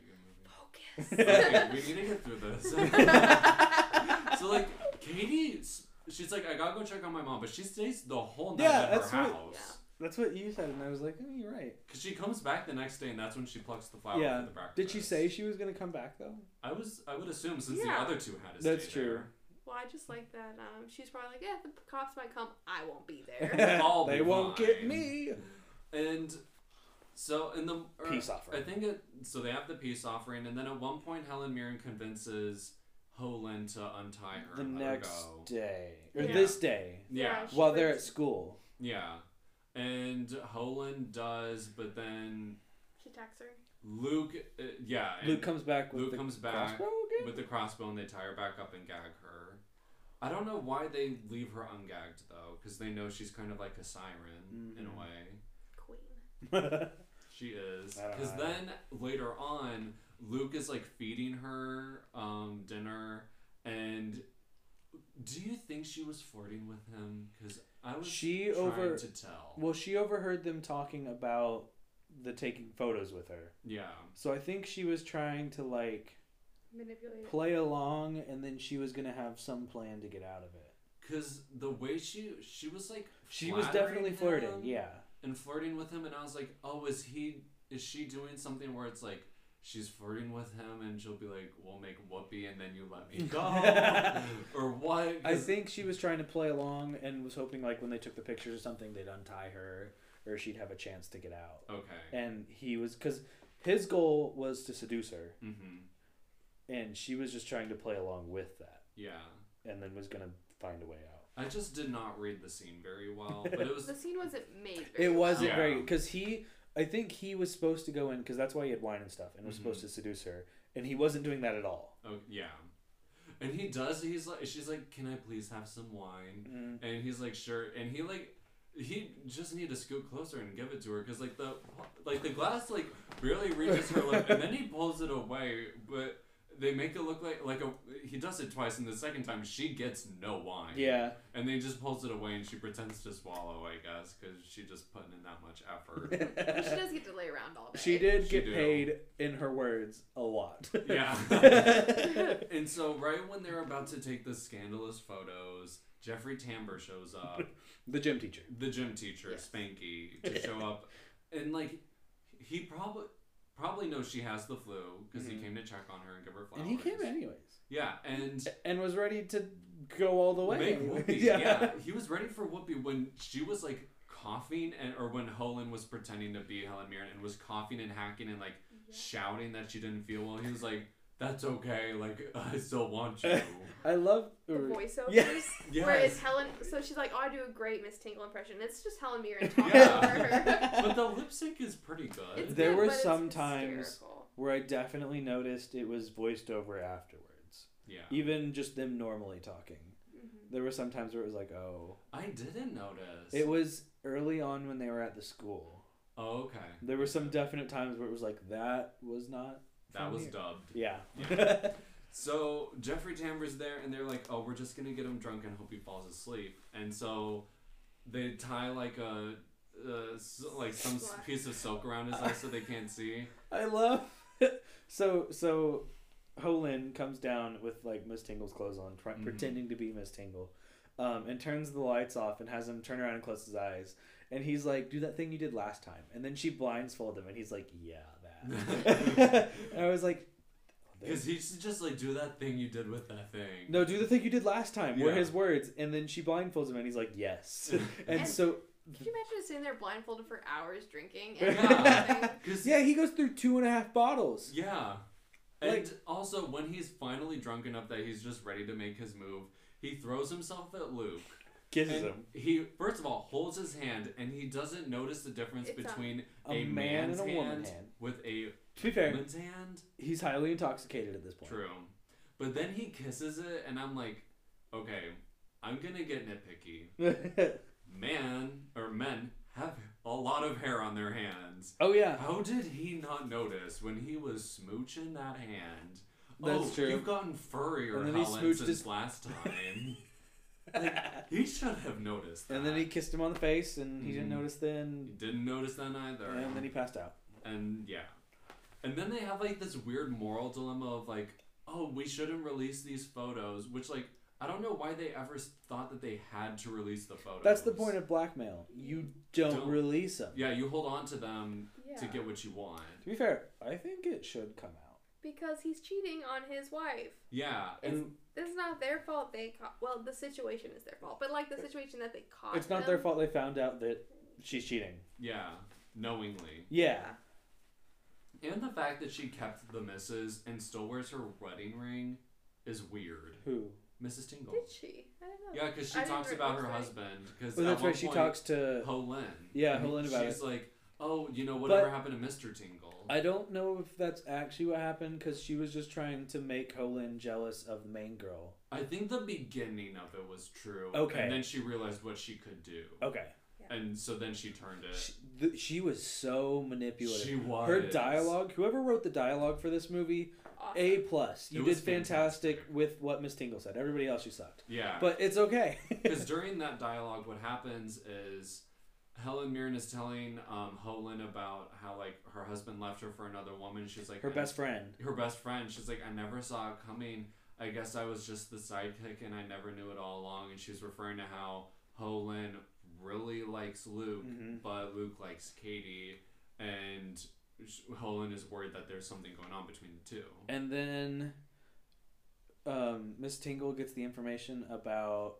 A: a good movie.
C: Oh,
A: Okay, we
C: Focus.
A: need to get through this.
C: yeah,
A: so like, Katie, s- she's like, I gotta go check on my mom, but she stays the whole night
B: Yeah,
A: at her
B: that's what-
A: house.
B: That's what you said, and I was like, oh, you're right.
A: Cause she comes back the next day, and that's when she plucks the flower
B: Yeah.
A: for the breakfast.
B: Did she say she was gonna come back though?
A: I was. I would assume since
C: Yeah.
A: the other two had to
B: That's
A: stay there.
C: Well, I just like that. Um, she's probably like, yeah, the cops might come. I won't be there.
A: I'll be
B: they won't get
A: fine.
B: me.
A: And so in the or-
B: Peace
A: I
B: offering.
A: think it, so. They have the peace offering, and then at one point, Helen Mirren convinces Holen to untie her
B: the
A: and
B: next
A: let her go.
B: day or
C: Yeah.
B: this day
A: Yeah,
C: she
B: while they're at
C: breaks-
B: school.
A: yeah. And Holen does, but then
C: She attacks her.
A: Luke, uh, yeah, and
B: Luke comes back with
A: Luke
B: the
A: comes back
B: crossbow again?
A: with the crossbow, and they tie her back up and gag her. I don't know why they leave her ungagged though, because they know she's kind of like a siren in a
B: Mhm.
A: way.
C: Queen.
A: She is.
B: I don't
A: Because
B: know.
A: then later on, Luke is like feeding her um, dinner. And do you think she was flirting with him? Because I was
B: she
A: trying
B: over
A: to tell.
B: well she overheard them talking about the taking photos with her.
A: yeah.
B: So I think she was trying to like
C: Manipulate.
B: play along, and then she was gonna have some plan to get out of it.
A: Because the way she she was like
B: She was
A: flattering
B: definitely
A: him
B: flirting. Yeah.
A: and flirting with him, and I was like, oh, is he is she doing something where it's like she's flirting with him, and she'll be like, we'll make whoopee, and then you let me go, or what?
B: I
A: 'Cause-
B: think she was trying to play along and was hoping like when they took the pictures or something they'd untie her or she'd have a chance to get out.
A: okay.
B: And he was because his goal was to seduce her,
A: Mm-hmm.
B: and she was just trying to play along with that,
A: Yeah.
B: and then was gonna find a way out.
A: I just did not read the scene very well, but it was
C: The scene wasn't made. Very
B: It wasn't
A: Yeah.
B: very because he, I think he was supposed to go in because that's why he had wine and stuff, and was
A: Mhm.
B: supposed to seduce her, and he wasn't doing that at all.
A: oh yeah, and he does. He's like, she's like, "Can I please have some wine?"
B: Mm.
A: And he's like, "Sure." And he like, he just need to scoot closer and give it to her because like the like the glass like barely reaches her lip, and then he pulls it away, but. they make it look like like a he does it twice, and the second time she gets no wine.
B: Yeah.
A: And then he just pulls it away, and she pretends to swallow, I guess, because she just putting in that much effort.
C: she does get to lay around all day.
B: she did
A: She
B: get
A: do.
B: paid, in her words, a lot.
A: Yeah. and so, right when they're about to take the scandalous photos, Jeffrey Tambor shows up,
B: the gym teacher.
A: the gym teacher
C: Yes.
A: Spanky, to show up, and like he probably probably knows she has the flu because he
B: Mhm.
A: came to check on her and give her flowers.
B: And he came anyways.
A: Yeah, and
B: And was ready to go all the way.
A: Make
B: anyways.
A: Whoopi, yeah. he was ready for Whoopi when she was like coughing, and or when Holen was pretending to be Helen Mirren and was coughing and hacking and like shouting that she didn't feel well. He was like, "That's okay, like I still want you."
B: I love.
C: the
B: or-
C: voiceovers.
A: Yes.
C: Where it's Helen? So she's like, oh, I do a great Miss Tingle impression. It's just Helen Mirren talking
A: Yeah.
C: over her.
A: but the lip sync is pretty good.
C: It's
B: There
C: good,
B: were
C: but it's
B: some times-
C: hysterical.
B: where I definitely noticed it was voiced over afterwards.
A: yeah,
B: Even just them normally talking.
C: Mhm.
B: There were some times where it was like, oh.
A: I didn't notice.
B: It was early on when they were at the school.
A: oh, okay,
B: There were some definite times where it was like, that was not.
A: that
B: From
A: was
B: here.
A: dubbed.
B: Yeah.
A: So Jeffrey Tambor's there, and they're like, "Oh, we're just gonna get him drunk and hope he falls asleep." And so they tie like a uh, s- like some s-
C: Slack.
A: piece of silk around his eyes so they can't see.
B: I love. so so, Holin comes down with like Miss Tingle's clothes on, try-
A: Mhm.
B: pretending to be Miss Tingle, um, and turns the lights off and has him turn around and close his eyes. And he's like, "Do that thing you did last time." And then she blindfolds him, and he's like, "Yeah, that." and I was like,
A: Because he should just like do that thing you did with that thing.
B: "No, do the thing you did last time." Were
A: Yeah.
B: his words, and then she blindfolds him, and he's like, "Yes." and,
C: And-
B: so
C: Could you imagine just sitting there blindfolded for hours drinking and
A: Yeah.
C: nothing?
A: 'Cause-
B: yeah, he goes through two and a half bottles.
A: yeah. And
B: Like-
A: also, when he's finally drunk enough that he's just ready to make his move, he throws himself at Luke.
B: Kisses
A: And
B: him.
A: he first of all holds his hand, and he doesn't notice the difference
C: It's a-
A: between
B: A man
A: man's
B: and a
A: hand,
B: woman hand.
A: with a
B: To be fair,
A: woman's hand.
B: he's highly intoxicated at this point.
A: True. But then he kisses it, and I'm like, okay, I'm gonna get nitpicky. Man or men have a lot of hair on their hands.
B: oh yeah,
A: How did he not notice when he was smooching that hand?
B: That's
A: oh,
B: true.
A: You've gotten furrier,
B: And
A: and
B: then he smooched
A: since
B: his-
A: last time. Like, he should have noticed.
B: and then
A: that.
B: he kissed him on the face, and he
A: Mhm.
B: didn't notice
A: He
B: then,
A: didn't notice that either.
B: and then he passed out.
A: and yeah and then they have like this weird moral dilemma of like oh we shouldn't release these photos which like i don't know why they ever s- thought that they had to release the photos
B: That's the point of blackmail. You don't,
A: Don't-
B: release them.
A: yeah you hold on to them
C: Yeah.
A: to get what you want
B: To be fair, I think it should come out.
C: Because he's cheating on his wife.
A: yeah
B: It's,
A: and
C: This is not their fault. They ca- well, the situation is their fault, but like the situation that they caught.
B: it's not
C: them-
B: their fault they found out that she's cheating.
A: yeah knowingly
B: Yeah,
A: and the fact that she kept the misses and still wears her wedding ring is weird
B: who?
A: mrs tingle
C: Did she? I don't know.
A: yeah because she
C: I didn't
A: talks
C: re-
A: about her
C: was I-
A: husband because
B: Oh, that's
A: one
B: right. She
A: point,
B: talks to.
A: Holen.
B: Yeah,
A: And
B: Holen about
A: she's
B: it.
A: like oh you know whatever
B: But- Uh,
A: happened to mr tingle
B: I don't know if that's actually what happened because she was just trying to make Holin jealous of the main girl.
A: I think the beginning of it was true.
B: Okay.
A: And then she realized what she could do.
B: Okay.
A: And so then she turned it.
B: She, th- she was so manipulative.
A: She was.
B: Her dialogue, whoever wrote the dialogue for this movie,
C: Awesome.
B: A plus.
A: It
B: You did
A: was
B: fantastic,
A: fantastic.
B: with what Miss Tingle said. Everybody else you sucked.
A: Yeah.
B: But it's okay.
A: Because during that dialogue, what happens is Helen Mirren is telling um, Holen about how, like, her husband left her for another woman. She's like,
B: Her
A: "I-
B: best friend.
A: her best friend. She's like, I never saw it coming. I guess I was just the sidekick and I never knew it all along. And she's referring to how Holin really likes Luke,
B: Mhm.
A: but Luke likes Katie, and sh- Holin is worried that there's something going on between the two.
B: And then um, Miss Tingle gets the information about.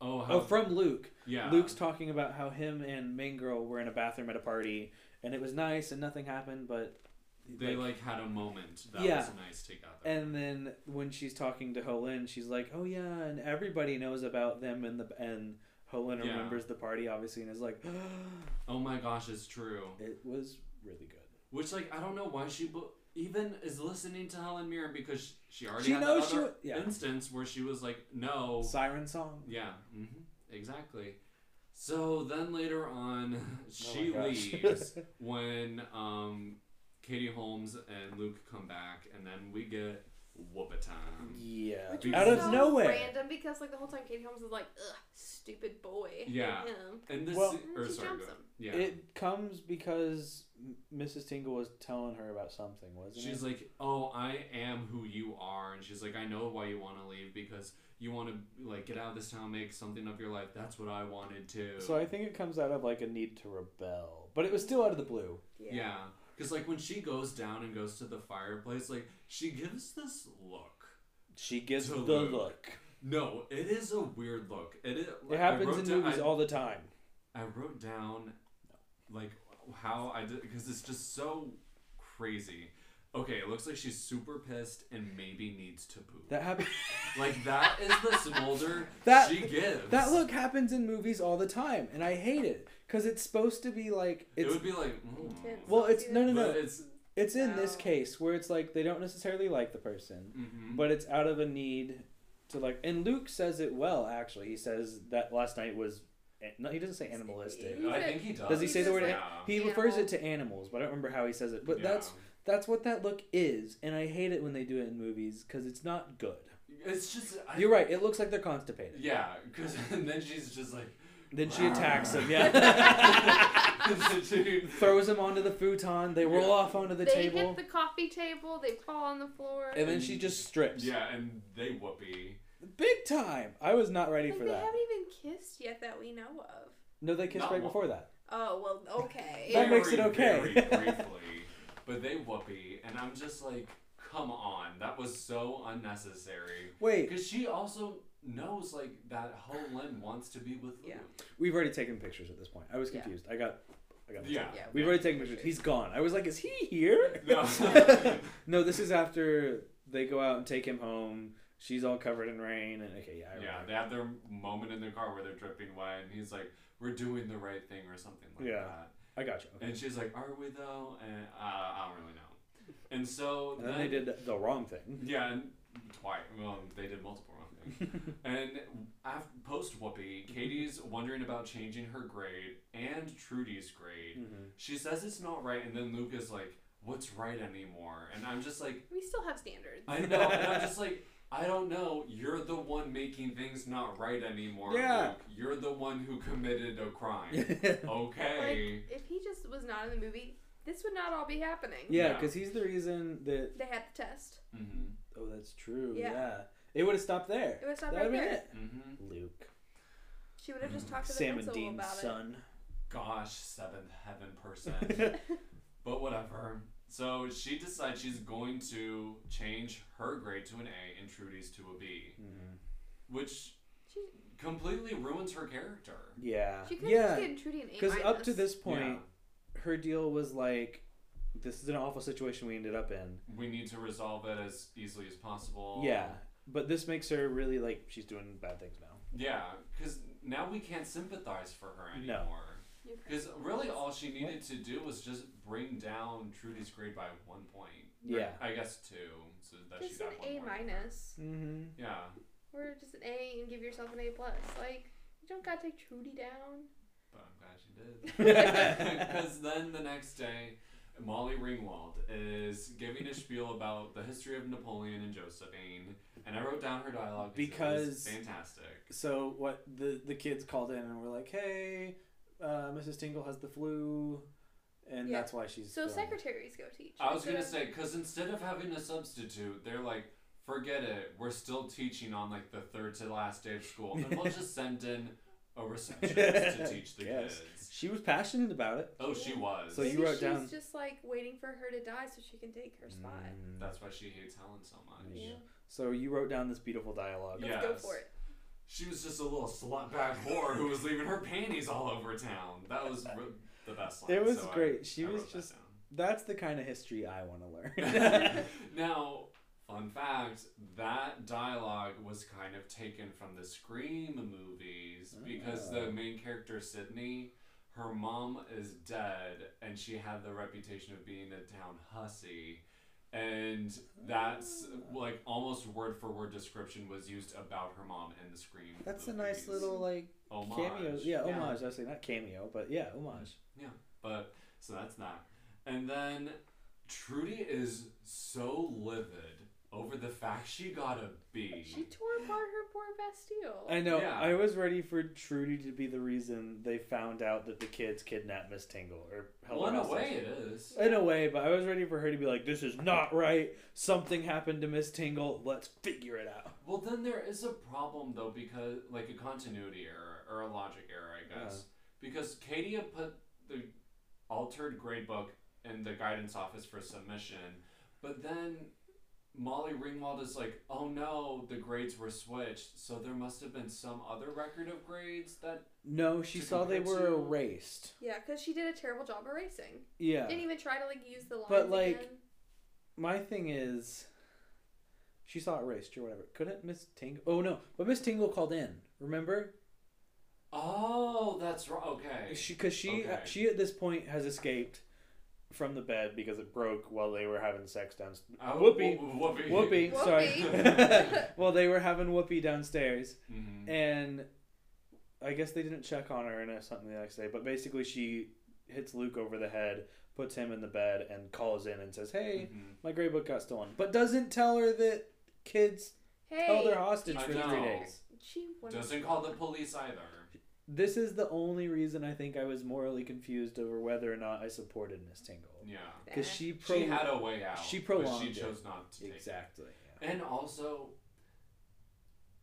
A: Oh, how,
B: Oh, from Luke.
A: yeah,
B: Luke's talking about how him and Main Girl were in a bathroom at a party and it was nice and nothing happened, but.
A: They like had a moment that
B: Yeah.
A: was nice together.
B: And then when she's talking to Holin, she's like, "Oh yeah," and everybody knows about them. And the and Holin
A: Yeah.
B: remembers the party obviously, and is like,
A: oh my gosh, it's true.
B: "It was really good."
A: Which like I don't know why she bu- even is listening to Helen Mirren because she already
B: She
A: had
B: knows
A: that
B: she
A: other
B: wa- yeah.
A: instance where she was like, no,
B: Siren song.
A: Yeah, hmm
B: Mm-hmm.
A: exactly. So then later on, she
B: Oh my gosh.
A: leaves when um, Katie Holmes and Luke come back, and then we get Whoopatan.
B: Yeah.
A: Which
B: Out
A: was
B: of
A: so
B: nowhere.
C: Random because like the whole time Katie Holmes is like, ugh, stupid boy.
A: Yeah.
C: Hate him.
A: And this,
B: Well-
A: se- or
C: She
A: sorry,
C: jumps
A: go-
C: him.
A: yeah.
B: It comes because M- Mrs. Tingle was telling her about something, wasn't
A: She's
B: it?
A: like, "Oh, I am who you are," and she's like, "I know why you want to leave because you want to like get out of this town, make something of your life. That's what I wanted to."
B: so I think it comes out of like a need to rebel, but it was still out of the blue.
A: yeah, because like when she goes down and goes to the fireplace, like she gives this look.
B: She gives
A: To
B: the
A: Luke.
B: look.
A: No, it is a weird look. It is,
B: It
A: I
B: happens
A: wrote
B: in
A: down-
B: movies
A: I-
B: all the time.
A: I wrote down like how I did because it's just so crazy. Okay, it looks like she's super pissed and maybe needs to poop.
B: That happens.
A: like that is the smolder
B: That-
A: she gives.
B: that look happens in movies all the time, and I hate it because it's supposed to be like
A: it
B: it's.
A: would be like mm.
C: Intense.
B: well, it's no, no,
A: but
B: no.
A: it's
B: It's in this
C: No.
B: case where it's like they don't necessarily like the person,
A: mhm.
B: but it's out of a need to like. And Luke says it well, actually. He says that last night was. No, he doesn't say animalistic.
C: He's
A: I
C: a-
A: think he does.
B: Does he say the word
A: Yeah.
B: He refers it to animals, but I don't remember how he says it. But
A: Yeah.
B: that's that's what that look is, and I hate it when they do it in movies because it's not good.
A: it's just I,
B: You're right. It looks like they're constipated.
A: Yeah, because and then she's just like
B: Then she attacks him. Yeah. Throws him onto the futon. They roll off onto the
C: they
B: table,
C: hit the coffee table. They fall on the floor.
B: and then she just strips.
A: yeah, and they whoopee.
B: Big time. I was not ready
C: like,
B: for
C: they
B: that.
C: haven't even kissed yet that we know of.
B: No, they kissed
A: Not
B: right
A: one.
B: before that.
C: Oh well, okay.
B: That makes it
A: Very,
B: okay.
A: very briefly, but they whoopee, and I'm just like, come on, that was so unnecessary.
B: Wait,
A: Because she also knows like that Ho Lin wants to be with Luke.
C: Yeah.
B: we've already taken pictures at this point. I was
C: Yeah.
B: confused. I got, I got.
A: Yeah.
C: Yeah.
B: We've already taken pictures. He's gone. I was like, is he here?
A: No.
B: no, this is after they go out and take him home. She's all covered in rain, and okay, yeah, I
A: Yeah,
B: remember.
A: they have their moment in the car where they're dripping wet, and he's like, "We're doing the right thing" or something like
B: Yeah.
A: that.
B: I got you. Okay.
A: And she's like, "Are we though?" And uh, I don't really know. And so
B: And then they did the wrong thing.
A: Yeah, and twice. Well, they did multiple wrong things. and after, post whoopee, Katie's wondering about changing her grade and Trudy's grade.
B: Mhm.
A: She says it's not right, and then Luke is like, "What's right anymore?" And I'm just like,
C: We still have standards.
A: I know. and I'm just like, I don't know. You're the one making things not right anymore.
B: Yeah.
A: Luke. You're the one who committed a crime. okay.
C: Like, if he just was not in the movie, this would not all be happening.
B: yeah,
A: Yeah.
B: because he's the reason that.
C: They had the test.
A: Mhm.
B: Oh, that's true. Yeah.
C: Yeah.
B: It would have stopped there.
C: It would stop
B: That
C: right
B: would have been
C: there.
B: it.
A: Mhm.
B: Luke.
C: She would have just talked to the
B: Sam and
C: principal
B: Dean's
C: about
B: son.
A: Gosh, seventh heaven person. but whatever. So she decides she's going to change her grade to an A and Trudy's to a B,
B: Mhm.
A: which
C: it. She,
A: completely ruins her character.
B: Yeah.
C: she could have just
B: Uh, Yeah.
C: given Trudy an A.
B: Because up to
C: minus.
B: this point,
A: Yeah.
B: her deal was like, this is an awful situation we ended up in.
A: We need to resolve it as easily as possible.
B: Yeah. But this makes her really like, she's doing bad things now.
A: Yeah, because now we can't sympathize for her
B: No.
A: anymore.
C: You're correct.
A: Because really, all she needed to do was just bring down Trudy's grade by one point. Or,
B: Yeah.
A: I guess two, so that she
C: just an
A: got one
C: A
A: more.
C: minus,
B: Mm-hmm.
A: Yeah.
C: or just an A and give yourself an A plus. Like you don't gotta take Trudy down.
A: But I'm glad she did. Because then the next day, Molly Ringwald is giving a spiel about the history of Napoleon and Josephine, and I wrote down her dialogue it was
B: Because-
A: fantastic.
B: So what the the kids called in and were like, hey, uh, Mrs. Tingle has the flu, and
C: Yeah.
B: that's why she's.
C: So
B: doing it.
C: secretaries go teach.
A: I was gonna
C: instead
A: say because instead of having a substitute, they're like, forget it. We're still teaching on like the third to last day of school, and we'll just send in a receptionist to teach the
B: Yes.
A: kids.
B: She was passionate about it.
A: Oh, she was.
B: So
C: of-
B: you
C: Maybe
B: wrote
C: she's
B: down-
C: just like waiting for her to die so she can take her spot.
B: Mm,
A: That's why she hates Helen so much.
C: Yeah.
B: So you wrote down this beautiful dialogue.
A: Yeah.
C: Let's go
A: Yes.
C: for it.
A: She was just a little slutbag whore who was leaving her panties all over town. That was re- the best line.
B: It was
A: so I-
B: great. She
A: I
B: was
A: wrote that
B: just-
A: down.
B: That's the kind of history I want to learn.
A: now, fun fact that dialogue was kind of taken from the Scream movies because the
B: Oh.
A: main character, Sydney, her mom is dead and she had the reputation of being a town hussy. And that's
B: Ah.
A: like almost word for word description was used about her mom in the Scream.
B: That's a nice
A: movies.
B: little like
A: homage.
B: cameo. Yeah, homage. I was saying not cameo, but yeah, homage.
A: But so that's that. And then Trudy is so livid over the fact she got a B.
C: She tore apart her poor Bastille.
B: I know.
A: Yeah.
B: I was ready for Trudy to be the reason they found out that the kids kidnapped Miss Tingle or held
A: well, in
B: her
A: a
B: hostage.
A: way, it is.
B: In a way, but I was ready for her to be like, "This is not right. Something happened to Miss Tingle. Let's figure it out."
A: Well, then there is a problem though because like a continuity error or a logic error, I guess, because Katie had put the altered grade book in the guidance office for submission, but then Molly Ringwald is like, "Oh no, the grades were switched, so there must have been some other record of grades that."
B: No, she
A: To
B: saw they
A: compare
B: were
A: to-
B: erased.
C: Yeah, because she did a terrible job erasing.
B: Yeah.
C: Didn't even try to like use the lines.
B: But, like,
C: again.
B: My thing is, she saw it erased or whatever. Couldn't Miss Tingle? Oh no, but Miss Tingle called in. Remember?
A: Oh, that's right. Okay.
B: She because she
A: Okay.
B: she at this point has escaped from the bed because it broke while they were having sex downstairs.
A: Oh,
B: Whoopi.
A: wh- Whoopi.
B: Whoopee, sorry.
C: Whoopee.
B: well, they were having whoopee downstairs,
A: Mhm.
B: and I guess they didn't check on her or something the next day. But basically, she hits Luke over the head, puts him in the bed, and calls in and says, "Hey,
A: Mhm.
B: my grade book got stolen," but doesn't tell her that kids
C: Hey,
B: held her hostage
A: I
B: for
A: know.
B: three days.
C: she went-
A: Doesn't call the police either.
B: This is the only reason I think I was morally confused over whether or not I supported Miss Tingle
A: Yeah.
B: because
C: Nah.
B: she pro-
A: she had a way out.
B: she
A: But she
B: prolonged it.
A: chose not to take it.
B: exactly. yeah.
A: And also,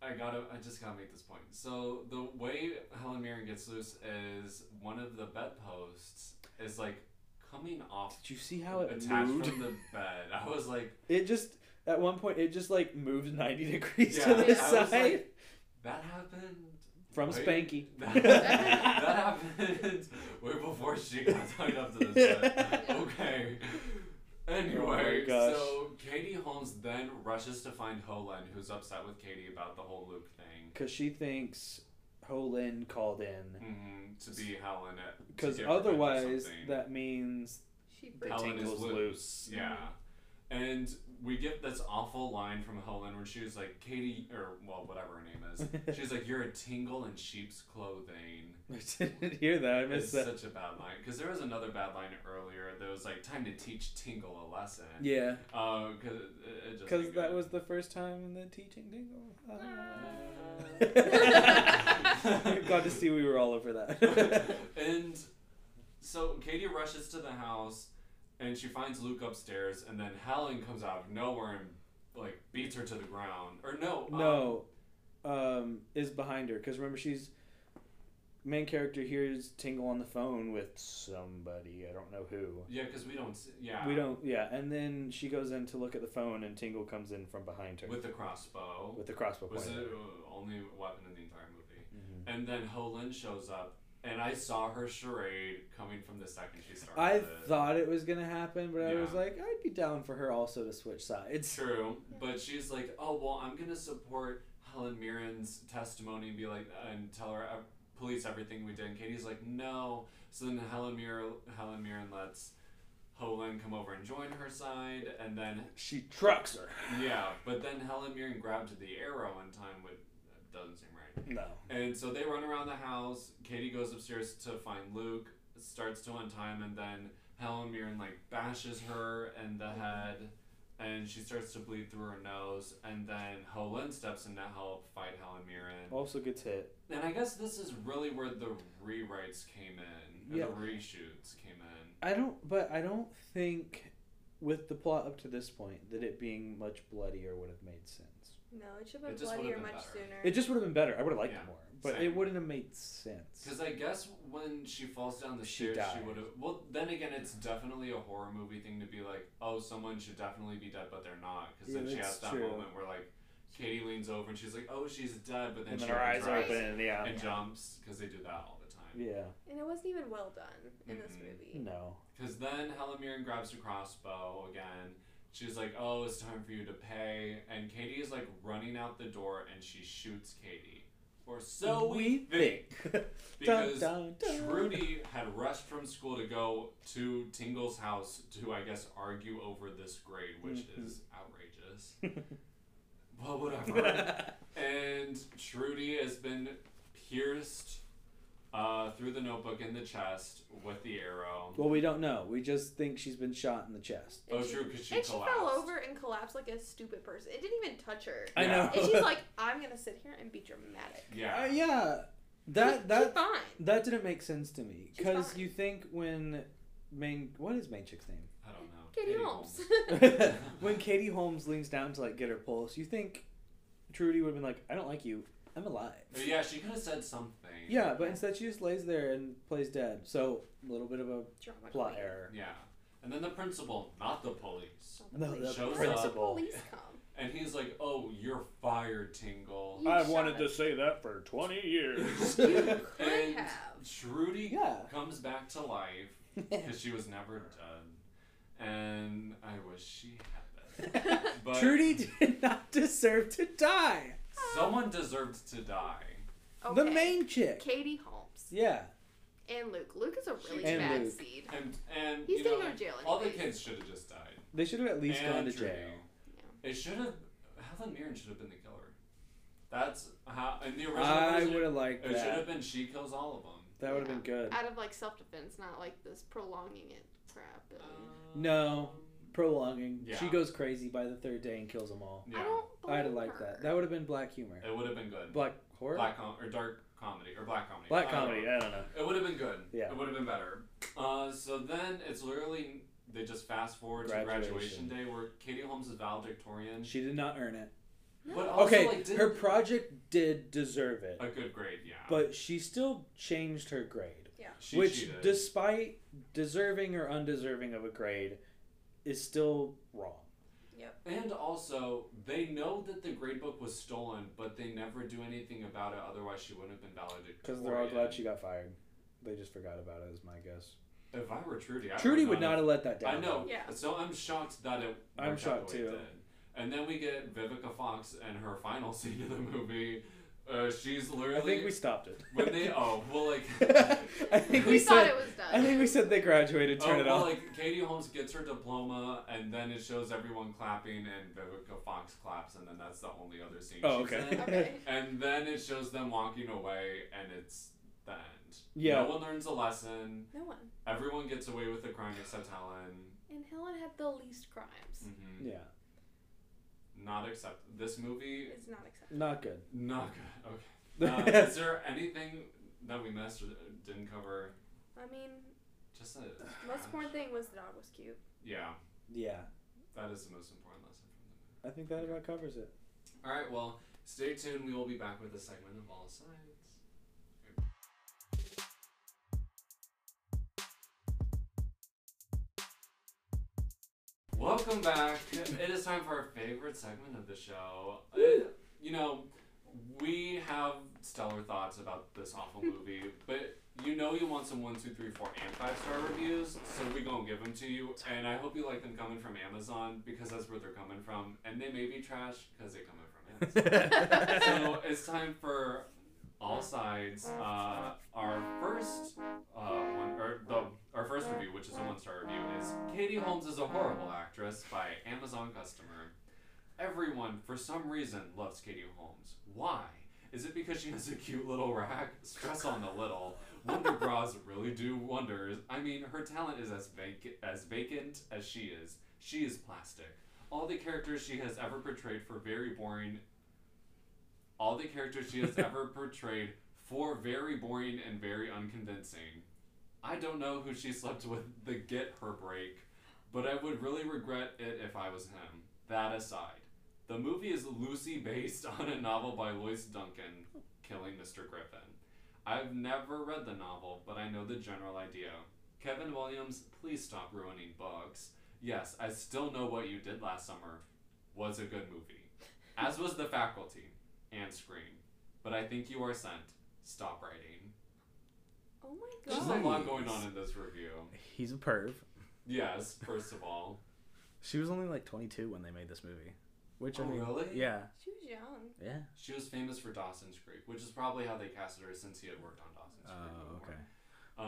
A: I gotta, I just gotta make this point. So the way Helen Mirren gets loose is one of the bedposts is like coming off,
B: Did you see how it
A: attached
B: moved?
A: from the bed. I was like,
B: It just at one point it just like moves ninety degrees
A: Yeah,
B: to the
A: I was
B: side
A: like- that happened
B: from
A: wait,
B: Spanky.
A: That, that happened way before she got tied up to this bed. Okay. Anyway,
B: Oh my gosh.
A: so Katie Holmes then rushes to find Holen, who's upset with Katie about the whole Luke thing.
B: Because she thinks Holin called in.
A: hmm to be Helen.
B: Because otherwise, that means
C: She
B: the
C: freaked.
A: Helen is
B: tingles
A: loose.
B: loose.
A: Yeah. And we get this awful line from Helen where she was like, Katie, or, well, whatever her name is. She's like, you're a tingle in sheep's clothing.
B: I didn't hear that. I
A: It's
B: missed that.
A: such a bad line. Because there was another bad line earlier that was like, time to teach Tingle a lesson.
B: Yeah,
A: Oh, because it, it just.
B: because
A: ain't
B: that
A: good.
B: was the first time in the teaching tingle.
A: Ah.
B: Glad to see we were all over that.
A: and so Katie rushes to the house and she finds Luke upstairs and then Helen comes out of nowhere and like beats her to the ground. Or no. um,
B: no, um, is behind her because remember she's main character hears Tingle on the phone with somebody I don't know who.
A: yeah, because we don't s yeah.
B: We don't. Yeah, and then she goes in to look at the phone, and Tingle comes in from behind her with,
A: with the crossbow.
B: the crossbow
A: was
B: point.
A: the uh, only weapon in the entire movie.
B: Mhm.
A: And then Holin shows up and I saw her charade coming from the second she started.
B: I
A: it.
B: thought it was gonna happen, but I was
A: Uh, Yeah.
B: like, I'd be down for her also to switch sides.
A: True, but she's like, oh well, I'm gonna support Helen Mirren's testimony and be like, and tell her uh, police everything we did. And Katie's like, no. So then Helen Mirren, Helen Mirren lets Holen come over and join her side, and then
B: She trucks her.
A: yeah, but then Helen Mirren grabbed the arrow in time, which doesn't seem right.
B: No.
A: And so they run around the house. Katie goes upstairs to find Luke, starts to untie him, and then Helen Mirren like bashes her in the head, and she starts to bleed through her nose. And then Holin steps in to help fight Helen Mirren.
B: Also gets hit.
A: And I guess this is really where the rewrites came in, or
B: Yeah.
A: the reshoots came in.
B: I don't. But I don't think, with the plot up to this point, that it being much bloodier would have made sense.
C: No, it should have
A: It
C: been
A: just would've
C: bloodier
A: been
C: much
A: better.
C: sooner.
B: It just would have been better. I would have liked
A: Yeah.
B: it more, but
A: Same.
B: it wouldn't have made sense.
A: Because I guess when she falls down the
B: She
A: stairs,
B: died.
A: she would have. Well, then again, it's definitely a horror movie thing to be like, oh, someone should definitely be dead, but they're not. Because
B: Yeah,
A: then she
B: that's
A: has that
B: true.
A: moment where, like, Katie leans over and she's like, oh, she's dead, but then
B: And
A: she
B: then her eyes
A: opens
C: eyes.
B: open. Yeah.
A: and jumps. Because they do that all the time.
B: Yeah.
C: and it wasn't even well done in this
A: Mhm.
C: movie.
B: No.
A: Because then Helen Mirren grabs the crossbow again. She's like, oh, it's time for you to pay. And Katie is, like, running out the door and she shoots Katie. Or so we think. Because
B: Dun, dun, dun.
A: Trudy had rushed from school to go to Tingle's house to, I guess, argue over this grade, which
B: Mm-hmm.
A: is outrageous. well, whatever. and Trudy has been pierced uh, through the notebook in the chest with the arrow.
B: Well, we don't know. We just think she's been shot in the chest.
A: Oh,
C: And she-
A: true, because she
C: and she
A: collapsed.
C: fell over and collapsed like a stupid person. It didn't even touch her.
B: I know.
A: Yeah.
C: And she's like, I'm gonna sit here and be dramatic.
A: Yeah.
B: Uh, yeah, that
C: She-
B: that
C: she's fine.
B: That didn't make sense to me
C: She's
B: because
C: fine.
B: you think when main what is main chick's name?
A: I don't know.
C: Katie Holmes.
B: when Katie Holmes leans down to like get her pulse, you think Trudy would have been like, "I don't like you. I'm alive."
A: But Uh, yeah, she could have said something.
B: Yeah, but instead she just lays there and plays dead. So a little bit of a
C: Drama
B: plot
C: queen.
B: error.
A: Yeah. And then the principal, not the police.
C: Oh,
B: No,
C: please.
B: the
A: Shows
C: Where did
B: principal.
C: The police come.
A: And he's like, oh, you're fired, Tingle.
C: You shot-
B: say that for twenty years.
C: You could
A: and
C: have.
A: Trudy
B: yeah.
A: comes back to life because she was never dead. And I wish she had that. But
B: Trudy did not deserve to die.
A: someone deserved to die.
B: The
C: Okay.
B: main chick.
C: Katie Holmes
B: Yeah.
C: and Luke. Luke is a really
A: And
C: bad
B: Luke.
C: seed.
A: And and
C: He's
A: you
C: gonna
A: know,
C: go to jail
A: all the
C: anyways.
A: kids should have just died.
B: They should have at least
A: and
B: gone to
A: Trudy.
B: jail.
A: It should have Helen Mirren should have been the killer. That's how in the original
B: I
A: version,
B: would have liked
A: it should have
B: that.
A: been she kills all of them.
B: That would have been good.
C: Out of like self defense, not like this prolonging it crap. And
A: Oh.
B: No. prolonging. She
A: Yeah.
B: goes crazy by the third day and kills them all.
A: Yeah.
C: I don't blame
B: I'd have liked that.
C: her.
B: That would have been black humor.
A: It would have been good.
B: Black horror?
A: Uh, Black com- or dark comedy or black comedy.
B: Black
A: I don't
B: comedy,
A: know.
B: I don't know.
A: It would have been good.
B: Yeah.
A: It would have been better. Uh, so then it's literally they just fast forward to
B: Graduation.
A: graduation day where Katie Holmes is valedictorian.
B: She did not earn it.
C: No.
A: But oh, also,
B: Okay,
A: like, did
B: her project did deserve it,
A: a good grade, yeah.
B: but she still changed her grade.
A: she
B: which,
A: cheated.
B: despite deserving or undeserving of a grade, is still wrong.
A: and also they know that the grade book was stolen, but they never do anything about it. Otherwise, she wouldn't have been valedictorian.
B: Because they're all glad she got fired. They just forgot about it, is my guess.
A: If I were Trudy, I
B: Trudy would not have let that down.
A: I know.
C: Yeah.
A: So I'm shocked that it.
B: I'm
A: worked out
B: shocked
A: the way it
B: too.
A: did. And then we get Vivica Fox and her final scene of the movie. Uh, she's literally
B: I think we stopped it.
A: when they oh well like
B: I think
C: We,
B: we,
C: thought
B: said.
C: it was done.
B: I think we said they graduated.
A: oh
B: Turn it
A: well
B: off.
A: like Katie Holmes gets her diploma and then it shows everyone clapping and Vivica Fox claps and then that's the only other scene.
B: Oh,
A: she's
B: okay.
A: in.
C: Okay.
A: And then it shows them walking away and it's the end.
B: Yeah.
A: No one learns a lesson.
C: No one.
A: Everyone gets away with the crime except Helen.
C: And Helen had the least
B: Mm.
C: crimes.
A: hmm
B: yeah,
A: Not except this movie.
C: It's not acceptable.
B: not good.
A: Not good. Okay. Uh, is there anything that we missed or didn't cover?
C: I mean,
A: Just a
C: the most important thing was the dog was cute.
A: Yeah,
B: yeah,
A: that is the most important lesson from the movie.
B: I think that about covers it.
A: All right, well, stay tuned. We will be back with a segment of all sides. Welcome back. It is time for our favorite segment of the show. It- you know, we have stellar thoughts about this awful movie, but you know you want some one, two, three, four, and five star reviews, so we gonna give them to you. And I hope you like them coming from Amazon because that's where they're coming from, and they may be trash because they're coming from Amazon so it's time for all sides. Uh, our first uh, one, or the our first review, which is a one star review, is Katie Holmes is a horrible actress by Amazon customer. Everyone, for some reason, loves Katie Holmes. Why? Is it because she has a cute little rack? Stress on the little. Wonder bras really do wonders. I mean, her talent is as vac- as vacant as she is. She is plastic. All the characters she has ever portrayed for very boring all the characters she has ever portrayed for very boring and very unconvincing. I don't know who she slept with the get her break, but I would really regret it if I was him. That aside, the movie is loosely based on a novel by Lois Duncan, Killing Mr. Griffin. I've never read the novel, but I know the general idea. Kevin Williams, please stop ruining books. Yes, I still know what you did last summer was a good movie, as was The Faculty and Scream. But I think you are sent. Stop writing.
C: Oh my
A: There's
C: god.
A: a lot going on in this review.
D: He's a perv.
A: Yes, first of all.
D: She was only like 22 when they made this movie, which
A: Oh,
D: I mean,
A: really?
D: yeah,
C: She was young.
D: yeah.
A: She was famous for Dawson's Creek, which is probably how they casted her since he had worked on Dawson's
D: Oh,
A: Creek.
D: okay.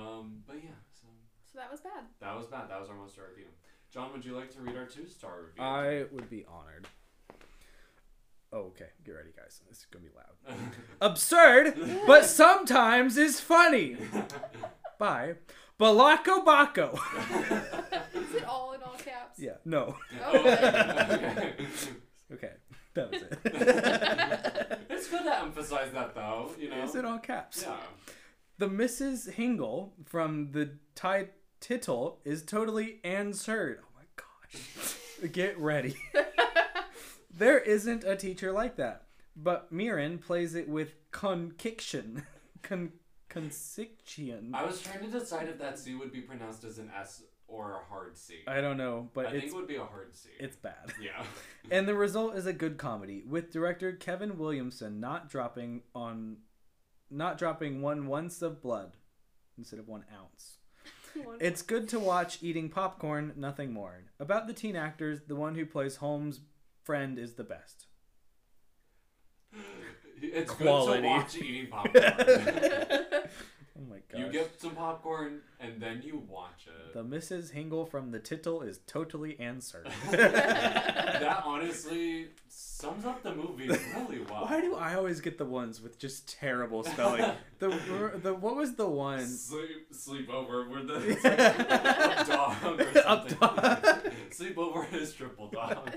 A: before. Um, but yeah, so
C: So that was bad.
A: that was bad. That was our most star review. John, would you like to read our two star review?
D: I would be honored.
B: Oh, okay. Get ready, guys. This is gonna be loud. Absurd, but sometimes is funny. By Balako Bako.
C: Is it all in all caps?
B: yeah. No. Okay. That was it.
A: it's good to emphasize that though, you know.
B: Is it all caps?
A: yeah.
B: The Mrs. Hingle from the Thai title is totally answered. Oh my gosh. Get ready. there isn't a teacher like that, but Mirren plays it with conkiction. Con- consiction.
A: I was trying to decide if that C would be pronounced as an S or a hard C. I
B: I don't know, but
A: think
B: it's,
A: it would be a hard C.
B: it's bad.
A: yeah.
B: And the result is a good comedy with director Kevin Williamson not dropping on not dropping one once of blood instead of one ounce.
C: One-
B: It's good to watch eating popcorn, nothing more. About the teen actors, the one who plays Holmes' friend is the best.
A: It's good
B: Quality.
A: to watch eating popcorn.
B: Oh my god.
A: you get some popcorn and then you watch it.
B: the Mrs. Hingle from the title is totally answered.
A: that honestly sums up the movie really well.
B: Why do I always get the ones with just terrible spelling? the the what was the one?
A: sleep sleepover with the it's like up dog or
B: Up
A: something?
B: dog.
A: sleepover is triple dog,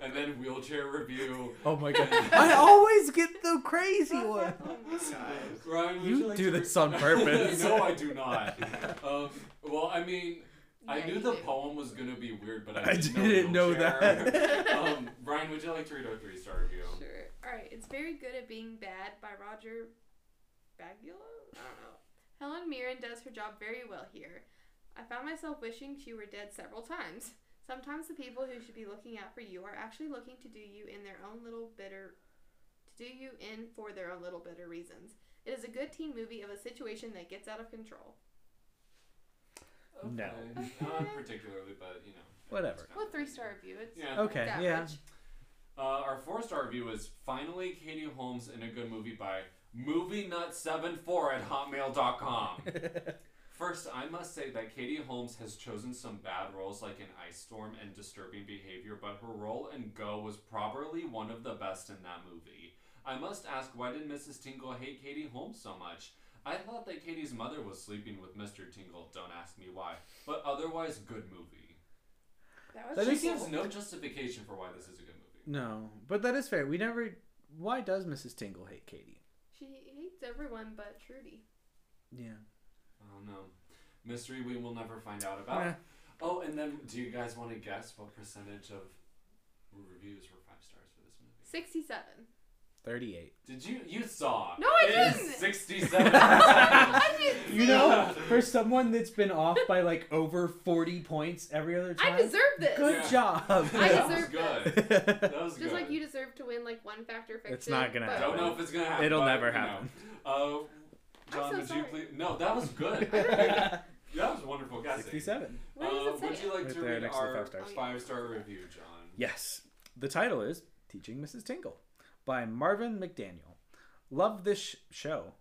A: and then wheelchair review.
B: Oh my god. I always get the crazy one.
C: Oh my God.
A: Ryan, would
B: You
A: like
B: do
A: to-
B: this on purpose.
A: no, I do not. Um, well, I mean, I
C: Yeah,
A: knew
C: you
A: the
C: do.
A: poem was gonna be weird, but I,
B: I
A: didn't,
B: didn't know
A: know wheelchair.
B: that.
A: um, Brian, would you like to read our three star review?
C: Sure. All right. It's very good at being bad by Roger Bagula. I don't know. Helen Mirren does her job very well here. I found myself wishing she were dead several times. Sometimes the people who should be looking out for you are actually looking to do you in their own little bitter to do you in for their own little bitter reasons. It is a good teen movie of a situation that gets out of control.
B: No.
A: Okay. Not particularly, but you know.
B: Whatever.
C: Well, three star review. It's
A: Yeah.
B: Okay,
C: it's
B: yeah.
C: average.
A: Uh, our four star review is finally Katie Holmes in a good movie by MovieNut74 at Hotmail.com. First, I must say that Katie Holmes has chosen some bad roles like in Ice Storm and Disturbing Behavior, but her role in Go was probably one of the best in that movie. I must ask, why did Mrs. Tingle hate Katie Holmes so much? I thought that Katie's mother was sleeping with Mr. Tingle, don't ask me why, but otherwise, good movie.
C: That was
B: That
A: She
B: is-
C: just
A: gives no justification for why this is a good movie.
B: No, but that is fair. We never. Why does Mrs. Tingle hate Katie?
C: she hates everyone but Trudy.
B: Yeah.
A: Oh no. Mystery we will never find out about.
B: Eh.
A: Oh, and then do you guys want to guess what percentage of reviews were five stars for this movie?
C: Sixty-seven.
B: Thirty-eight.
A: Did you you saw?
C: No, I
A: It is
C: didn't.
A: Sixty-seven.
C: I didn't
B: You know, for someone that's been off by like over forty points every other time.
C: I deserve this.
B: Good
A: Yeah.
B: job.
C: I
A: that was
C: deserve
A: good. That was
C: Just
A: good.
C: like you deserve to win like one factor fiction.
B: It's not gonna
C: but-
A: I don't know if it's gonna happen.
B: It'll
A: but,
B: never
A: you know.
B: happen.
A: Uh, John,
C: so
A: would
C: sorry.
A: you please? No, that was good. that was wonderful guessing.
B: Sixty-seven.
C: What
A: Uh,
C: does it
A: would
C: say? Oh,
A: you like
B: Right
A: to
B: there
A: read
B: next to the
A: our
B: five stars.
A: five-star review, John?
B: Yes. The title is Teaching Mrs. Tingle by Marvin McDaniel. Love this sh- show.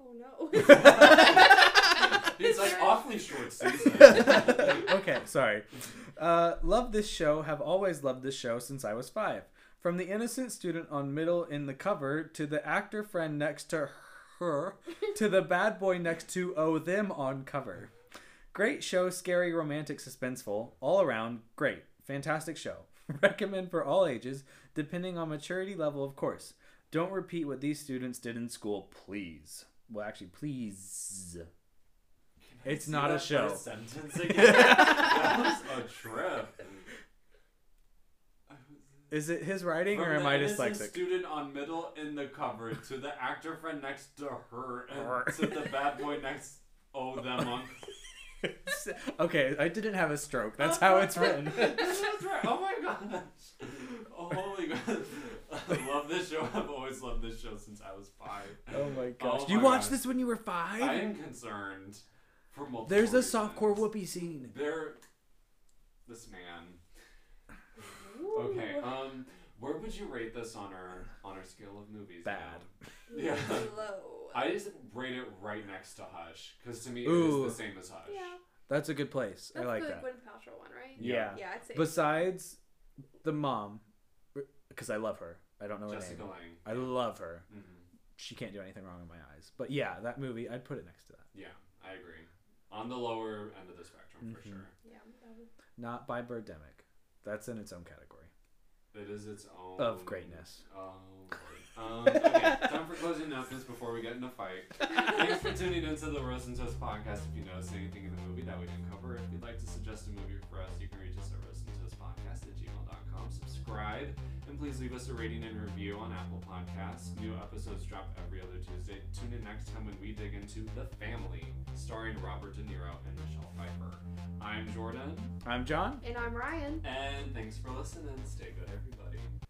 C: Oh no.
A: It's like
C: Sorry.
A: awfully short season.
B: okay, sorry. Uh, love this show. Have always loved this show since I was five. From the innocent student on middle in the cover to the actor friend next to her to the bad boy next to oh them on cover. Great show, scary, romantic, suspenseful, all around great. Fantastic show. Recommend for all ages, depending on maturity level, of course. Don't repeat what these students did in school, please. Well, actually, please. It's
A: See
B: not a
A: that
B: show.
A: first sentence again? that was a trip.
B: Is it his writing or
A: From
B: am
A: the
B: I
A: innocent
B: dyslexic?
A: Student on middle in the cover to the actor friend next to her and to the bad boy next. Oh, them on.
B: okay, I didn't have a stroke. That's how it's written.
A: That's right. Oh my gosh. Oh, holy god. I love this show. I've always loved this show since I was five.
B: Oh my gosh.
A: Oh
B: you
A: my
B: watched
A: gosh.
B: this when you were five?
A: I am concerned for multiple.
B: There's a
A: reasons.
B: softcore whoopee scene.
A: There. This man.
C: Ooh.
A: Okay. Um, where would you rate this on our on our scale of movies?
B: Bad.
A: now? Yeah.
C: Low.
A: I just rate it right next to Hush because to me it
B: Ooh.
A: is the same as Hush.
C: yeah.
B: That's a good place.
C: That's
B: I like
C: the
B: that.
C: Gwyneth Paltrow one, right?
B: Yeah.
C: Yeah, I'd say.
B: Besides the mom, because I love her. I don't know her
A: Jessica
B: name.
A: Lange.
B: I love her.
A: hmm
B: She can't do anything wrong in my eyes. But yeah, that movie, I'd put it next to that.
A: Yeah, I agree. On the lower end of the spectrum for
B: Mhm.
A: sure.
C: Yeah. that would-
B: Not by Birdemic. That's in its own category.
A: It is its own
B: Of greatness.
A: Oh, Lord. um, okay, time for closing announcements before we get in a fight. Thanks for tuning into the Roast and Toast podcast. If you noticed anything in the movie that we didn't cover, if you'd like to suggest a movie for us, you can reach us at roastandtoastpodcast at gmail.com. Subscribe, and please leave us a rating and review on Apple Podcasts. New episodes drop every other Tuesday. Tune in next time when we dig into The Family, starring Robert De Niro and Michelle Pfeiffer. I'm Jordan,
B: I'm John.
C: And I'm Ryan.
A: and thanks for listening. Stay good, everybody.